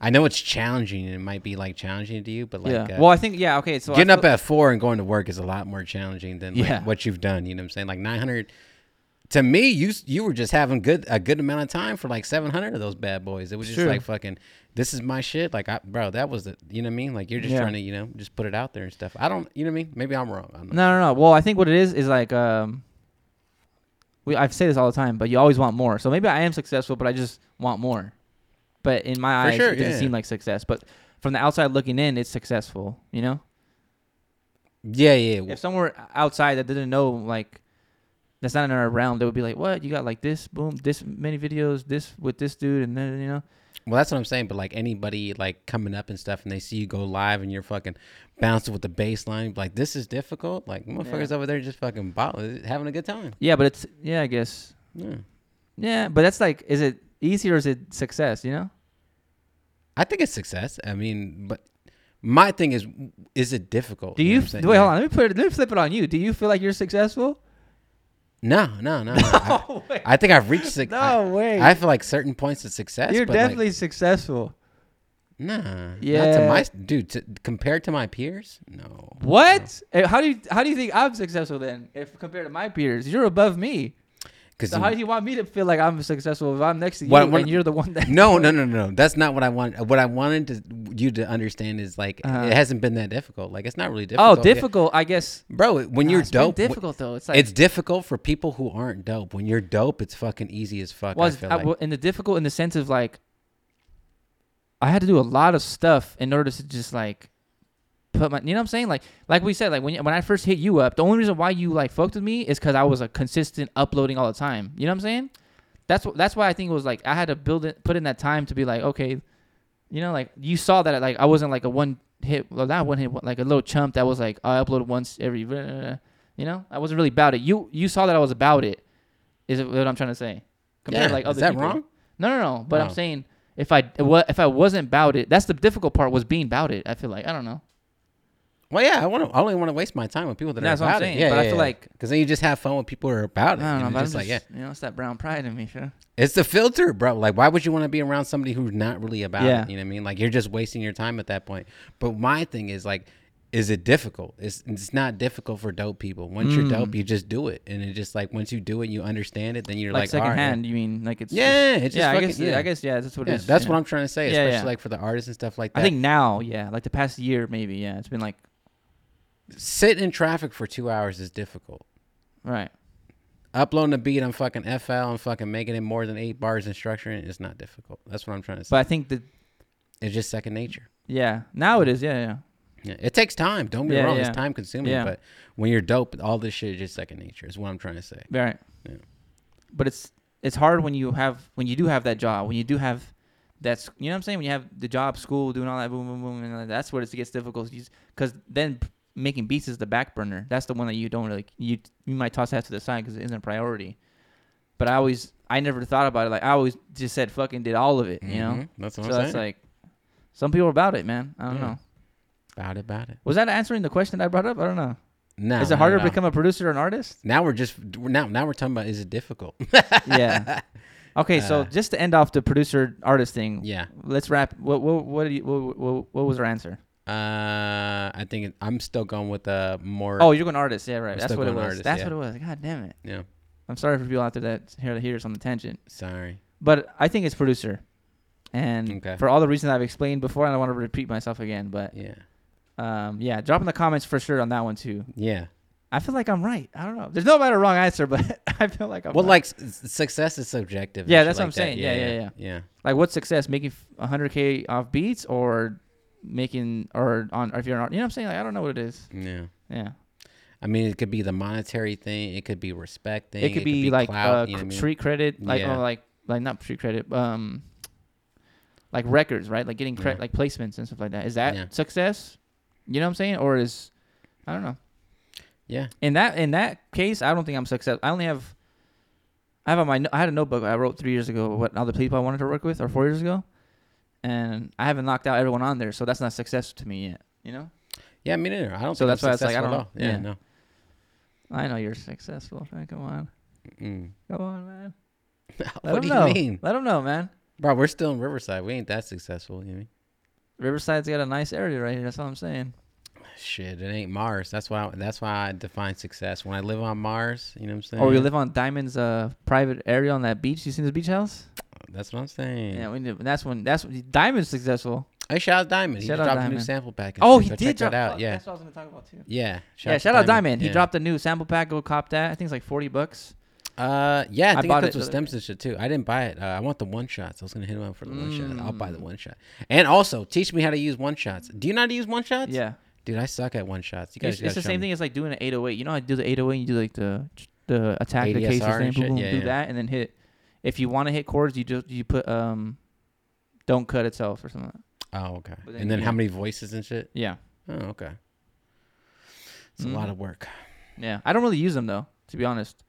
Speaker 1: I know it's challenging and it might be like challenging to you, but like
Speaker 2: yeah.
Speaker 1: uh,
Speaker 2: well, I think yeah. Okay. So I
Speaker 1: getting
Speaker 2: feel-
Speaker 1: up at four and going to work is a lot more challenging than like,
Speaker 2: Yeah.
Speaker 1: what you've done. You know what I'm saying? Like 900. To me, you s- you were just having good a good amount of time for like 700 of those bad boys. It was just
Speaker 2: Sure.
Speaker 1: like fucking. This is my shit. Like, I, bro, that was the. You know what I mean? Like, you're just
Speaker 2: Yeah.
Speaker 1: trying to you know just put it out there and stuff. I don't. You know what I mean? Maybe I'm wrong. I don't know.
Speaker 2: No, no, no. Well, I think what it is is like um, we I say this all the time, but you always want more. So maybe I am successful, but I just want more. But in my
Speaker 1: For
Speaker 2: eyes,
Speaker 1: sure,
Speaker 2: it doesn't
Speaker 1: yeah.
Speaker 2: seem like success. But from the outside looking in, it's successful. You know,
Speaker 1: Yeah, yeah.
Speaker 2: if someone were outside that didn't know, like, that's not in our realm, they would be like, "What? You got like this? Boom! This many videos? This with this dude?" And then you know,
Speaker 1: Well, that's what I'm saying. But like anybody like coming up and stuff, and they see you go live and you're fucking bouncing with the bass line, like this is difficult. Like motherfuckers over there just fucking ball- having a good time.
Speaker 2: Yeah, but it's yeah, I guess.
Speaker 1: Yeah.
Speaker 2: Yeah, but that's like, is it easy or is it success? You know?
Speaker 1: I think it's success. I mean, but my thing is, is it difficult?
Speaker 2: Do
Speaker 1: know
Speaker 2: you,
Speaker 1: what I'm saying?
Speaker 2: wait?
Speaker 1: Yeah.
Speaker 2: Hold on. Let me put it. Let me flip it on you. Do you feel like you're successful?
Speaker 1: No, no, no. no. I,
Speaker 2: Oh, wait.
Speaker 1: I think I've reached. Suc- I,
Speaker 2: no way.
Speaker 1: I feel like certain points of success.
Speaker 2: you're
Speaker 1: but, like,
Speaker 2: definitely successful.
Speaker 1: nah. Not
Speaker 2: Yeah.
Speaker 1: to my dude. To, compared to my peers, no.
Speaker 2: What? Eh, How do you how do you think I'm successful then? If compared to my peers, you're above me.
Speaker 1: Because
Speaker 2: So how do you want me to feel like I'm successful if I'm next to you
Speaker 1: What- what-
Speaker 2: and you're the one that?
Speaker 1: no, no, no, no. That's not what I want. What I wanted to, you to understand is like
Speaker 2: Uh-huh.
Speaker 1: it hasn't been that difficult. Like it's not really
Speaker 2: Oh,
Speaker 1: difficult. Yeah.
Speaker 2: difficult. I guess.
Speaker 1: bro. When
Speaker 2: Nah,
Speaker 1: you're
Speaker 2: it's been
Speaker 1: dope, wh-
Speaker 2: difficult though. It's like
Speaker 1: it's difficult for people who aren't dope. When you're dope, it's fucking easy as fuck. I
Speaker 2: was uh,
Speaker 1: feel
Speaker 2: I,
Speaker 1: like.
Speaker 2: well, in the difficult in the sense of like I had to do a lot of stuff in order to just like put my you know what I'm saying like like we said like when when I first hit you up the only reason why you like fucked with me is because I was a consistent uploading all the time you know what I'm saying that's wh- that's why I think it was like I had to build it put in that time to be like okay you know like you saw that like I wasn't like a one hit well not one hit like a little chump that was like I upload once every you know I wasn't really about it you you saw that I was about it is what I'm trying to say compared
Speaker 1: yeah.
Speaker 2: to like other
Speaker 1: is that
Speaker 2: people.
Speaker 1: wrong?
Speaker 2: No, no, no. But I'm
Speaker 1: Oh.
Speaker 2: saying if I wa- if I wasn't about it, that's the difficult part was being about it. I feel like I don't know.
Speaker 1: Well, yeah. I want to. I only want to waste my time with people that
Speaker 2: That's
Speaker 1: are
Speaker 2: what I'm
Speaker 1: about
Speaker 2: saying,
Speaker 1: it. Yeah,
Speaker 2: but I
Speaker 1: yeah,
Speaker 2: feel
Speaker 1: yeah.
Speaker 2: like-
Speaker 1: because then you just have fun when people are about it.
Speaker 2: I don't
Speaker 1: and
Speaker 2: know.
Speaker 1: it's
Speaker 2: But
Speaker 1: just
Speaker 2: I'm
Speaker 1: like yeah,
Speaker 2: just, you know, it's that brown pride in me, sure.
Speaker 1: it's the filter, bro. Like, why would you want to be around somebody who's not really about
Speaker 2: Yeah.
Speaker 1: it? You know what I mean? Like, you're just wasting your time at that point. But my thing is like, is it difficult? It's it's not difficult for dope people. Once you're
Speaker 2: Mm.
Speaker 1: dope, you just do it, and it just like once you do it, you understand it. Then you're
Speaker 2: Like,
Speaker 1: like, all right.
Speaker 2: secondhand, you mean like it's
Speaker 1: Yeah, it's just
Speaker 2: yeah. I
Speaker 1: fucking-
Speaker 2: guess
Speaker 1: yeah.
Speaker 2: I guess yeah. That's what
Speaker 1: Yeah,
Speaker 2: it is.
Speaker 1: that's
Speaker 2: yeah.
Speaker 1: what I'm trying to say,
Speaker 2: Yeah,
Speaker 1: especially
Speaker 2: yeah.
Speaker 1: like for the artists and stuff like that.
Speaker 2: I think now, yeah, like the past year, maybe, yeah, it's been like
Speaker 1: sit in traffic for two hours is difficult.
Speaker 2: right.
Speaker 1: Uploading a beat on fucking FL and fucking making it more than eight bars and structuring it is not difficult. That's what I'm trying to say.
Speaker 2: But I think that
Speaker 1: it's just second nature.
Speaker 2: yeah, now it is. Yeah, yeah.
Speaker 1: Yeah, it takes time. Don't be
Speaker 2: Yeah,
Speaker 1: wrong.
Speaker 2: yeah.
Speaker 1: It's time consuming.
Speaker 2: Yeah.
Speaker 1: But when you're dope, all this shit is just second nature. Is what I'm trying to say.
Speaker 2: Right.
Speaker 1: Yeah.
Speaker 2: But it's it's hard when you have when you do have that job when you do have that's you know what I'm saying when you have the job school doing all that boom boom boom and all that, that's where it gets difficult because then p- making beats is the back burner that's the one that you don't really you you might toss that to the side because it isn't a priority. But I always I never thought about it like I always just said fucking did all of it you know
Speaker 1: Mhm. that's
Speaker 2: so
Speaker 1: what
Speaker 2: it's
Speaker 1: I'm saying.
Speaker 2: like some people are about it man I don't
Speaker 1: Yeah.
Speaker 2: know
Speaker 1: about it, about it.
Speaker 2: was that answering the question that I brought up I don't know
Speaker 1: No,
Speaker 2: is it
Speaker 1: no,
Speaker 2: harder
Speaker 1: no.
Speaker 2: to become a producer or an artist
Speaker 1: Now we're just we're now now we're talking about is it difficult?
Speaker 2: yeah. Okay, so
Speaker 1: Uh,
Speaker 2: just to end off the producer artist thing,
Speaker 1: yeah.
Speaker 2: let's wrap. What what what, do you, what, what, what was her answer?
Speaker 1: Uh, I think it, I'm still going with uh more.
Speaker 2: Oh, you're going artist. Yeah, right.
Speaker 1: I'm
Speaker 2: That's
Speaker 1: still
Speaker 2: what it
Speaker 1: going
Speaker 2: was.
Speaker 1: artist,
Speaker 2: That's
Speaker 1: yeah.
Speaker 2: what it was. God damn it.
Speaker 1: yeah.
Speaker 2: I'm sorry for people out there that hear to hear us on the tangent,
Speaker 1: Sorry.
Speaker 2: but I think it's producer, and
Speaker 1: Okay.
Speaker 2: for all the reasons I've explained before, I don't want to repeat myself again. But
Speaker 1: Yeah.
Speaker 2: um, yeah, drop in the comments for sure on that one too.
Speaker 1: Yeah.
Speaker 2: I feel like I'm right. I don't know. There's no right or wrong answer, but I feel like I'm
Speaker 1: well,
Speaker 2: right.
Speaker 1: like s- s- success is subjective. and
Speaker 2: Yeah,
Speaker 1: shit
Speaker 2: that's what
Speaker 1: like
Speaker 2: I'm saying. Yeah, yeah,
Speaker 1: yeah. yeah.
Speaker 2: like what's success making f- 100k off beats or making or on or if you're an art, you know what I'm saying like I don't know what it is
Speaker 1: Yeah. Yeah.
Speaker 2: yeah
Speaker 1: I mean, it could be the monetary thing. It could be respect thing.
Speaker 2: it could be like uh,
Speaker 1: clout, you know what I
Speaker 2: cr-
Speaker 1: mean?
Speaker 2: street credit like
Speaker 1: Yeah.
Speaker 2: or like like not street credit um like records right like getting cre-
Speaker 1: Yeah.
Speaker 2: like placements and stuff like that is that
Speaker 1: Yeah.
Speaker 2: success you know what I'm saying or is I don't know
Speaker 1: Yeah.
Speaker 2: in that in that case I don't think I'm success I only have I have on my no- I had a notebook I wrote three years ago what all the people I wanted to work with or four years ago and I haven't knocked out everyone on there so that's not success to me yet you know
Speaker 1: Yeah, me neither. I don't.
Speaker 2: So
Speaker 1: think I'm
Speaker 2: that's why it's like, I
Speaker 1: successful
Speaker 2: don't
Speaker 1: at
Speaker 2: know.
Speaker 1: all. Yeah,
Speaker 2: Yeah.
Speaker 1: no.
Speaker 2: I know you're successful. Man. Come on.
Speaker 1: Mm.
Speaker 2: Come on, man. Let
Speaker 1: what
Speaker 2: 'em
Speaker 1: do you
Speaker 2: know.
Speaker 1: mean,
Speaker 2: Let them know, man.
Speaker 1: bro? We're still in Riverside. We ain't that successful. You know what
Speaker 2: Riverside's got a nice area right here. That's all I'm saying.
Speaker 1: I mean? Shit, it ain't Mars. That's why. That's why I define success. When I live on Mars, you know what I'm saying.
Speaker 2: Or we Oh, live on Diamond's uh, private area on that beach. You seen this beach house?
Speaker 1: That's what I'm saying.
Speaker 2: Yeah, we need. That's when. That's when, Diamond's successful.
Speaker 1: Hey, shout out Diamond. he
Speaker 2: Shout
Speaker 1: just
Speaker 2: out
Speaker 1: dropped a new
Speaker 2: Diamond.
Speaker 1: sample pack. and
Speaker 2: Oh,
Speaker 1: shit,
Speaker 2: he
Speaker 1: so
Speaker 2: did
Speaker 1: check
Speaker 2: drop
Speaker 1: that out. Yeah,
Speaker 2: That's what I was gonna talk about too.
Speaker 1: yeah.
Speaker 2: yeah,
Speaker 1: to
Speaker 2: shout out Diamond. He
Speaker 1: Yeah.
Speaker 2: dropped a new sample pack. Go cop that. I think it's like forty bucks.
Speaker 1: Uh, yeah, I think
Speaker 2: bought
Speaker 1: it comes
Speaker 2: it
Speaker 1: with
Speaker 2: the other
Speaker 1: stems and shit too. I didn't buy it. Uh, I want the one shots. I was gonna hit him up for the one shot. I'll buy the
Speaker 2: Mm.
Speaker 1: one shot. And also, teach me how to use one shots. Do you know how to use one shots?
Speaker 2: Yeah,
Speaker 1: dude, I suck at one shots. You guys,
Speaker 2: it's, it's the
Speaker 1: gotta show
Speaker 2: same
Speaker 1: me.
Speaker 2: thing as like doing an eight oh eight. You know how you do the eight oh eight? You do like the the attack the case
Speaker 1: ADSR and
Speaker 2: thing.
Speaker 1: shit?
Speaker 2: Boom, boom,
Speaker 1: Yeah,
Speaker 2: do
Speaker 1: yeah.
Speaker 2: that, and then hit. If you want to hit chords, you just you put um don't cut itself or something. like that.
Speaker 1: Oh, okay.
Speaker 2: But then
Speaker 1: And then
Speaker 2: you-
Speaker 1: how many voices and shit?
Speaker 2: Yeah,
Speaker 1: Oh, okay. It's
Speaker 2: Mm.
Speaker 1: a lot of work.
Speaker 2: yeah. I don't really use them though, to be honest.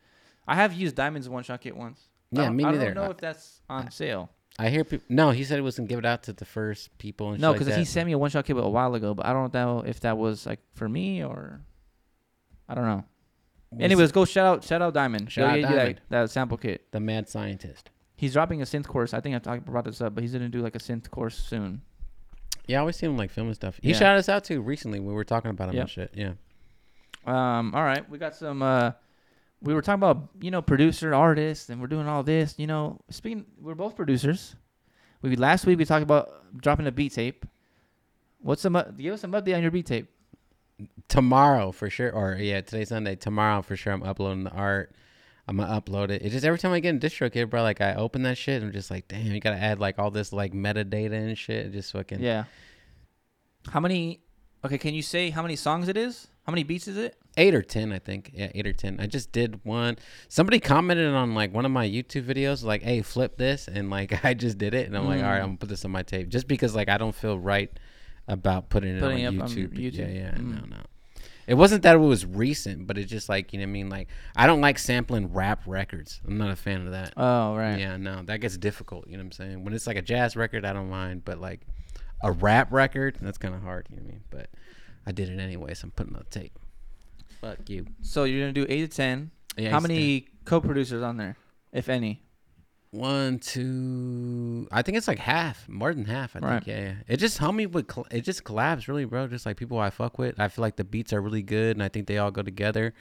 Speaker 2: I have used diamonds in one shot get once. I
Speaker 1: Yeah,
Speaker 2: don't-
Speaker 1: me
Speaker 2: I
Speaker 1: neither.
Speaker 2: don't know
Speaker 1: I,
Speaker 2: if that's on sale.
Speaker 1: I hear people. No, he said it wasn't give it out to the first people and
Speaker 2: No,
Speaker 1: shit
Speaker 2: because
Speaker 1: like
Speaker 2: he
Speaker 1: that.
Speaker 2: sent me a one shot kit a while ago, but I don't know if that was like for me or I don't know.
Speaker 1: Was
Speaker 2: Anyways, go shout out shout out Diamond.
Speaker 1: Shout
Speaker 2: Go
Speaker 1: out
Speaker 2: get you that-
Speaker 1: Diamond.
Speaker 2: That, sample kit.
Speaker 1: the mad scientist.
Speaker 2: He's dropping a synth course. I think I talked brought this up, but he's gonna do like a synth course soon.
Speaker 1: Yeah, I always see him like filming stuff. He
Speaker 2: Yeah.
Speaker 1: shouted us out too recently when we were talking about him
Speaker 2: Yep.
Speaker 1: and shit. Yeah.
Speaker 2: Um, all right, we got some. Uh, we were talking about you know producer artists, and we're doing all this. You know, speaking, we're both producers. We last week we talked about dropping a beat tape. What's some? up- Give us some update on your beat tape.
Speaker 1: tomorrow for sure or yeah today's sunday tomorrow for sure i'm uploading the art i'm gonna upload it it's just every time i get in distro kid bro like i open that shit i'm just like damn you gotta add like all this like metadata and shit just fucking
Speaker 2: Yeah. How many? Okay, can you say how many songs it is? How many beats is it?
Speaker 1: eight or ten i think yeah eight or ten i just did one somebody commented on like one of my youtube videos like hey flip this and like i just did it and i'm like
Speaker 2: Mm.
Speaker 1: all right i'm gonna put this on my tape just because like i don't feel right about putting it
Speaker 2: Putting
Speaker 1: on
Speaker 2: it up on
Speaker 1: youtube yeah
Speaker 2: YouTube.
Speaker 1: yeah
Speaker 2: Mm.
Speaker 1: no no it wasn't that it was recent but it's just like you know what i mean like i don't like sampling rap records i'm not a fan of that
Speaker 2: Oh right.
Speaker 1: yeah no that gets difficult you know what i'm saying when it's like a jazz record i don't mind but like a rap record that's kind of hard you know what i mean but i did it anyway so i'm putting on the tape fuck you
Speaker 2: So you're gonna do eight to ten.
Speaker 1: yeah,
Speaker 2: how
Speaker 1: he's
Speaker 2: many co-producers on there, if any?
Speaker 1: dead. One, two. I think it's like half, more than half. I
Speaker 2: Right.
Speaker 1: think. Yeah, yeah. It just helped me with. Cl- it just collabs, really, bro. Just like people I fuck with. I feel like the beats are really good, and I think they all go together.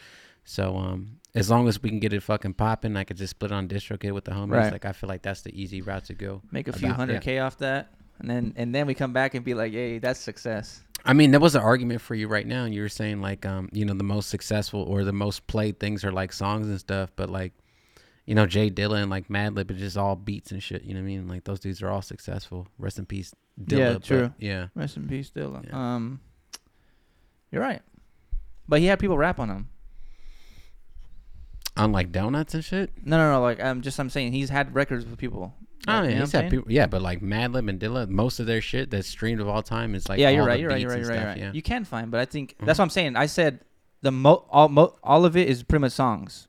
Speaker 1: So, um, as long as we can get it fucking popping, I could just split on DistroKid with the homies.
Speaker 2: Right.
Speaker 1: Like I feel like that's the easy route to go.
Speaker 2: Make a few
Speaker 1: About-
Speaker 2: hundred
Speaker 1: yeah.
Speaker 2: k off that, and then and then we come back and be like, hey, that's success.
Speaker 1: I mean, that was an argument for you right now. You were saying like, um, you know, the most successful or the most played things are like songs and stuff, but like, you know, Jay Dilla and like Madlib is just all beats and shit. You know what I mean? Like those dudes are all successful. Rest in peace, Dilla.
Speaker 2: Yeah,
Speaker 1: but,
Speaker 2: true.
Speaker 1: yeah,
Speaker 2: Rest in peace, Dylan.
Speaker 1: Yeah.
Speaker 2: Um, you're right, but he had people rap on him.
Speaker 1: unlike donuts and shit.
Speaker 2: No, no, no. Like I'm just I'm saying he's had records with people.
Speaker 1: Oh
Speaker 2: Like, you
Speaker 1: yeah, he's
Speaker 2: know what I'm
Speaker 1: had
Speaker 2: saying?
Speaker 1: people. Yeah, but like Madlib and Dilla, most of their shit that's streamed of all time is like
Speaker 2: yeah, you're
Speaker 1: all
Speaker 2: right.
Speaker 1: the
Speaker 2: You're right. You're
Speaker 1: beats
Speaker 2: right.
Speaker 1: and
Speaker 2: You're right.
Speaker 1: stuff,
Speaker 2: right.
Speaker 1: yeah.
Speaker 2: You can find, but I think
Speaker 1: Mhm.
Speaker 2: that's what I'm saying. I said the mo all mo- all of it is pretty much songs.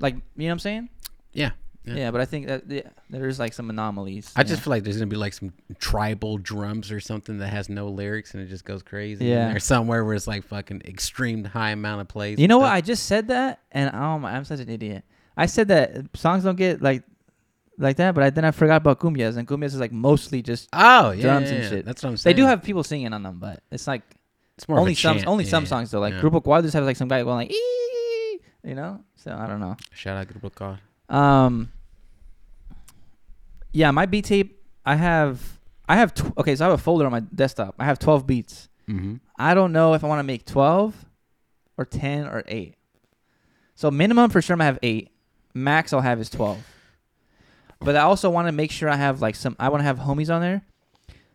Speaker 2: Like you know what I'm saying?
Speaker 1: Yeah,
Speaker 2: Yeah,
Speaker 1: yeah.
Speaker 2: but I think that yeah, there's like some anomalies.
Speaker 1: I
Speaker 2: you
Speaker 1: just
Speaker 2: know?
Speaker 1: feel like there's gonna be like some tribal drums or something that has no lyrics and it just goes crazy.
Speaker 2: Yeah.
Speaker 1: or somewhere where it's like fucking extreme high amount of plays.
Speaker 2: You
Speaker 1: and
Speaker 2: know
Speaker 1: stuff.
Speaker 2: what? I just said that, and oh my, I'm such an idiot. I said that songs don't get like like that, but I, then I forgot about cumbias, and cumbias is like mostly just
Speaker 1: Oh yeah,
Speaker 2: drums
Speaker 1: yeah,
Speaker 2: and
Speaker 1: yeah.
Speaker 2: shit.
Speaker 1: That's what I'm
Speaker 2: they
Speaker 1: saying.
Speaker 2: do have people singing on them, but it's like
Speaker 1: it's more of a
Speaker 2: only some
Speaker 1: chant.
Speaker 2: only
Speaker 1: Yeah,
Speaker 2: some
Speaker 1: yeah.
Speaker 2: songs though. Like
Speaker 1: Yeah.
Speaker 2: Grupo Cuadros have like some guy going like, "Ee," you know. So I don't know.
Speaker 1: Shout out Grupo Cod.
Speaker 2: Um. Yeah, my beat tape. I have. I have. Tw- okay, so I have a folder on my desktop. I have twelve beats.
Speaker 1: Mm-hmm.
Speaker 2: I don't know if I want to make twelve, or ten, or eight. So minimum for sure, I'm gonna have eight. Max I'll have is twelve. But I also want to make sure I have like some. I want to have homies on there,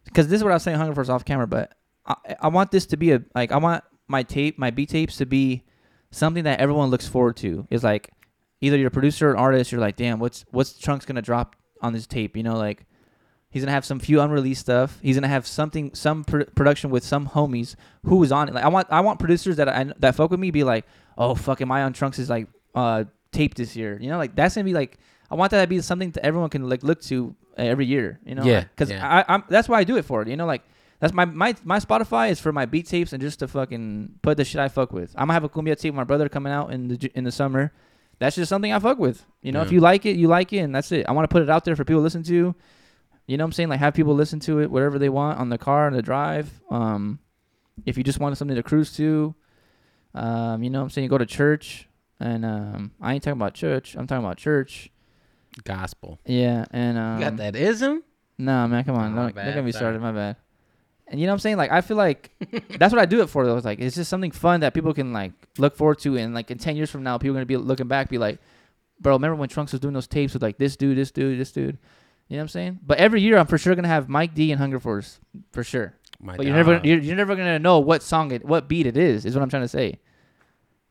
Speaker 2: because this is what I was saying. Hunger Force off camera, but I, I want this to be a like. I want my tape, my beat tapes, to be something that everyone looks forward to. Is like either you're a producer or an artist, you're like, damn, what's what's Trunks gonna drop on this tape? You know, like he's gonna have some few unreleased stuff. He's gonna have something, some pr- production with some homies who was on it. Like I want, I want producers that I that fuck with me be like, oh fuck, am I on Trunks' like uh tape this year? You know, like that's gonna be like, I want that to be something that everyone can like look to uh, every year. You know,
Speaker 1: Yeah,
Speaker 2: because
Speaker 1: yeah.
Speaker 2: I, I'm that's why I do it for. You know, like. That's my, my my Spotify is for my beat tapes and just to fucking put the shit I fuck with. I'm gonna have a cumbia tape with my brother coming out in the ju- in the summer that's just something I fuck with. You know, if
Speaker 1: Yeah.
Speaker 2: you like it, you like it, and that's it. I want to put it out there for people to listen to. You know what I'm saying? Like have people listen to it whatever they want on the car on the drive. Um, if you just want something to cruise to, um, you know what I'm saying? go to church, and um, I ain't talking about church. I'm talking about church.
Speaker 1: Gospel.
Speaker 2: Yeah, and um,
Speaker 1: you got that ism?
Speaker 2: no, man, come on.
Speaker 1: Oh,
Speaker 2: don't,
Speaker 1: my
Speaker 2: don't
Speaker 1: bad,
Speaker 2: get me
Speaker 1: sorry.
Speaker 2: started. My bad. And you know what I'm saying? Like, I feel like that's what I do it for, though. It's like, it's just something fun that people can, like, look forward to. And, like, in 10 years from now, people are going to be looking back, be like, bro, remember when Trunks was doing those tapes with, like, this dude, this dude, this dude? You know what I'm saying? But every year, I'm for sure going to have Mike D and Hunger Force, for sure.
Speaker 1: My
Speaker 2: But you're never,
Speaker 1: dog.
Speaker 2: you're, you're never going to know what song it, what beat it is, is what I'm trying to say.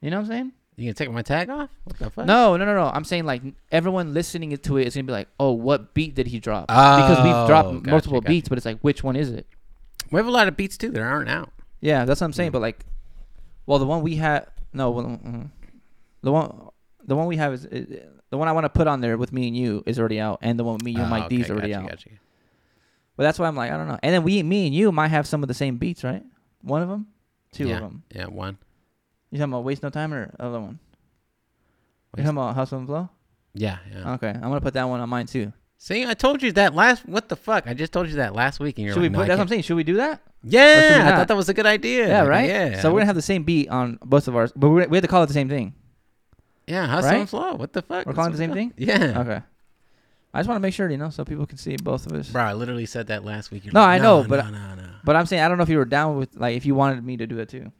Speaker 2: You know what I'm saying?
Speaker 1: You gonna take my tag off? What the fuck?
Speaker 2: No, no, no, no. I'm saying like everyone listening to it is gonna be like, oh, what beat did he drop? because
Speaker 1: Oh,
Speaker 2: we've dropped
Speaker 1: gotcha,
Speaker 2: multiple
Speaker 1: gotcha.
Speaker 2: beats, but it's like, which one is it?
Speaker 1: We have a lot of beats too that aren't out.
Speaker 2: Yeah, that's what I'm saying. But like, well, the one we had, no, well, mm, the one, the one we have is, is the one I want to put on there with me and you is already out, and the one with me and you
Speaker 1: Oh,
Speaker 2: Mike
Speaker 1: okay,
Speaker 2: D's already
Speaker 1: gotcha,
Speaker 2: out.
Speaker 1: gotcha.
Speaker 2: But that's why I'm like, I don't know. And then we, me and you, might have some of the same beats, right? One of them, two
Speaker 1: yeah.
Speaker 2: of them.
Speaker 1: Yeah, one.
Speaker 2: You talking about waste no time or other one? You
Speaker 1: Waste-
Speaker 2: talking about hustle and flow?
Speaker 1: Yeah, yeah.
Speaker 2: Okay, I'm gonna put that one on mine too.
Speaker 1: See, I told you that last. What the fuck? I just told you that last week, and you're
Speaker 2: Should we
Speaker 1: like,
Speaker 2: put?
Speaker 1: no, I
Speaker 2: that's what I'm
Speaker 1: can't-
Speaker 2: saying. Should we do that? Or should
Speaker 1: Yeah,
Speaker 2: we
Speaker 1: I
Speaker 2: not?
Speaker 1: thought that was a good idea.
Speaker 2: Yeah, right.
Speaker 1: Yeah.
Speaker 2: So we're gonna have the same beat on both of ours, but we're, we have to call it the same thing.
Speaker 1: yeah, hustle
Speaker 2: right?
Speaker 1: and flow. What the fuck?
Speaker 2: We're
Speaker 1: That's
Speaker 2: calling it
Speaker 1: what
Speaker 2: the
Speaker 1: we
Speaker 2: same
Speaker 1: got. Yeah.
Speaker 2: Okay. I just want to make sure you know so people can see both of us.
Speaker 1: Bro, I literally said that last week. You're
Speaker 2: No,
Speaker 1: like,
Speaker 2: I know,
Speaker 1: no,
Speaker 2: but-
Speaker 1: no, no, no.
Speaker 2: But I'm saying I don't know if you were down with like if you wanted me to do it too.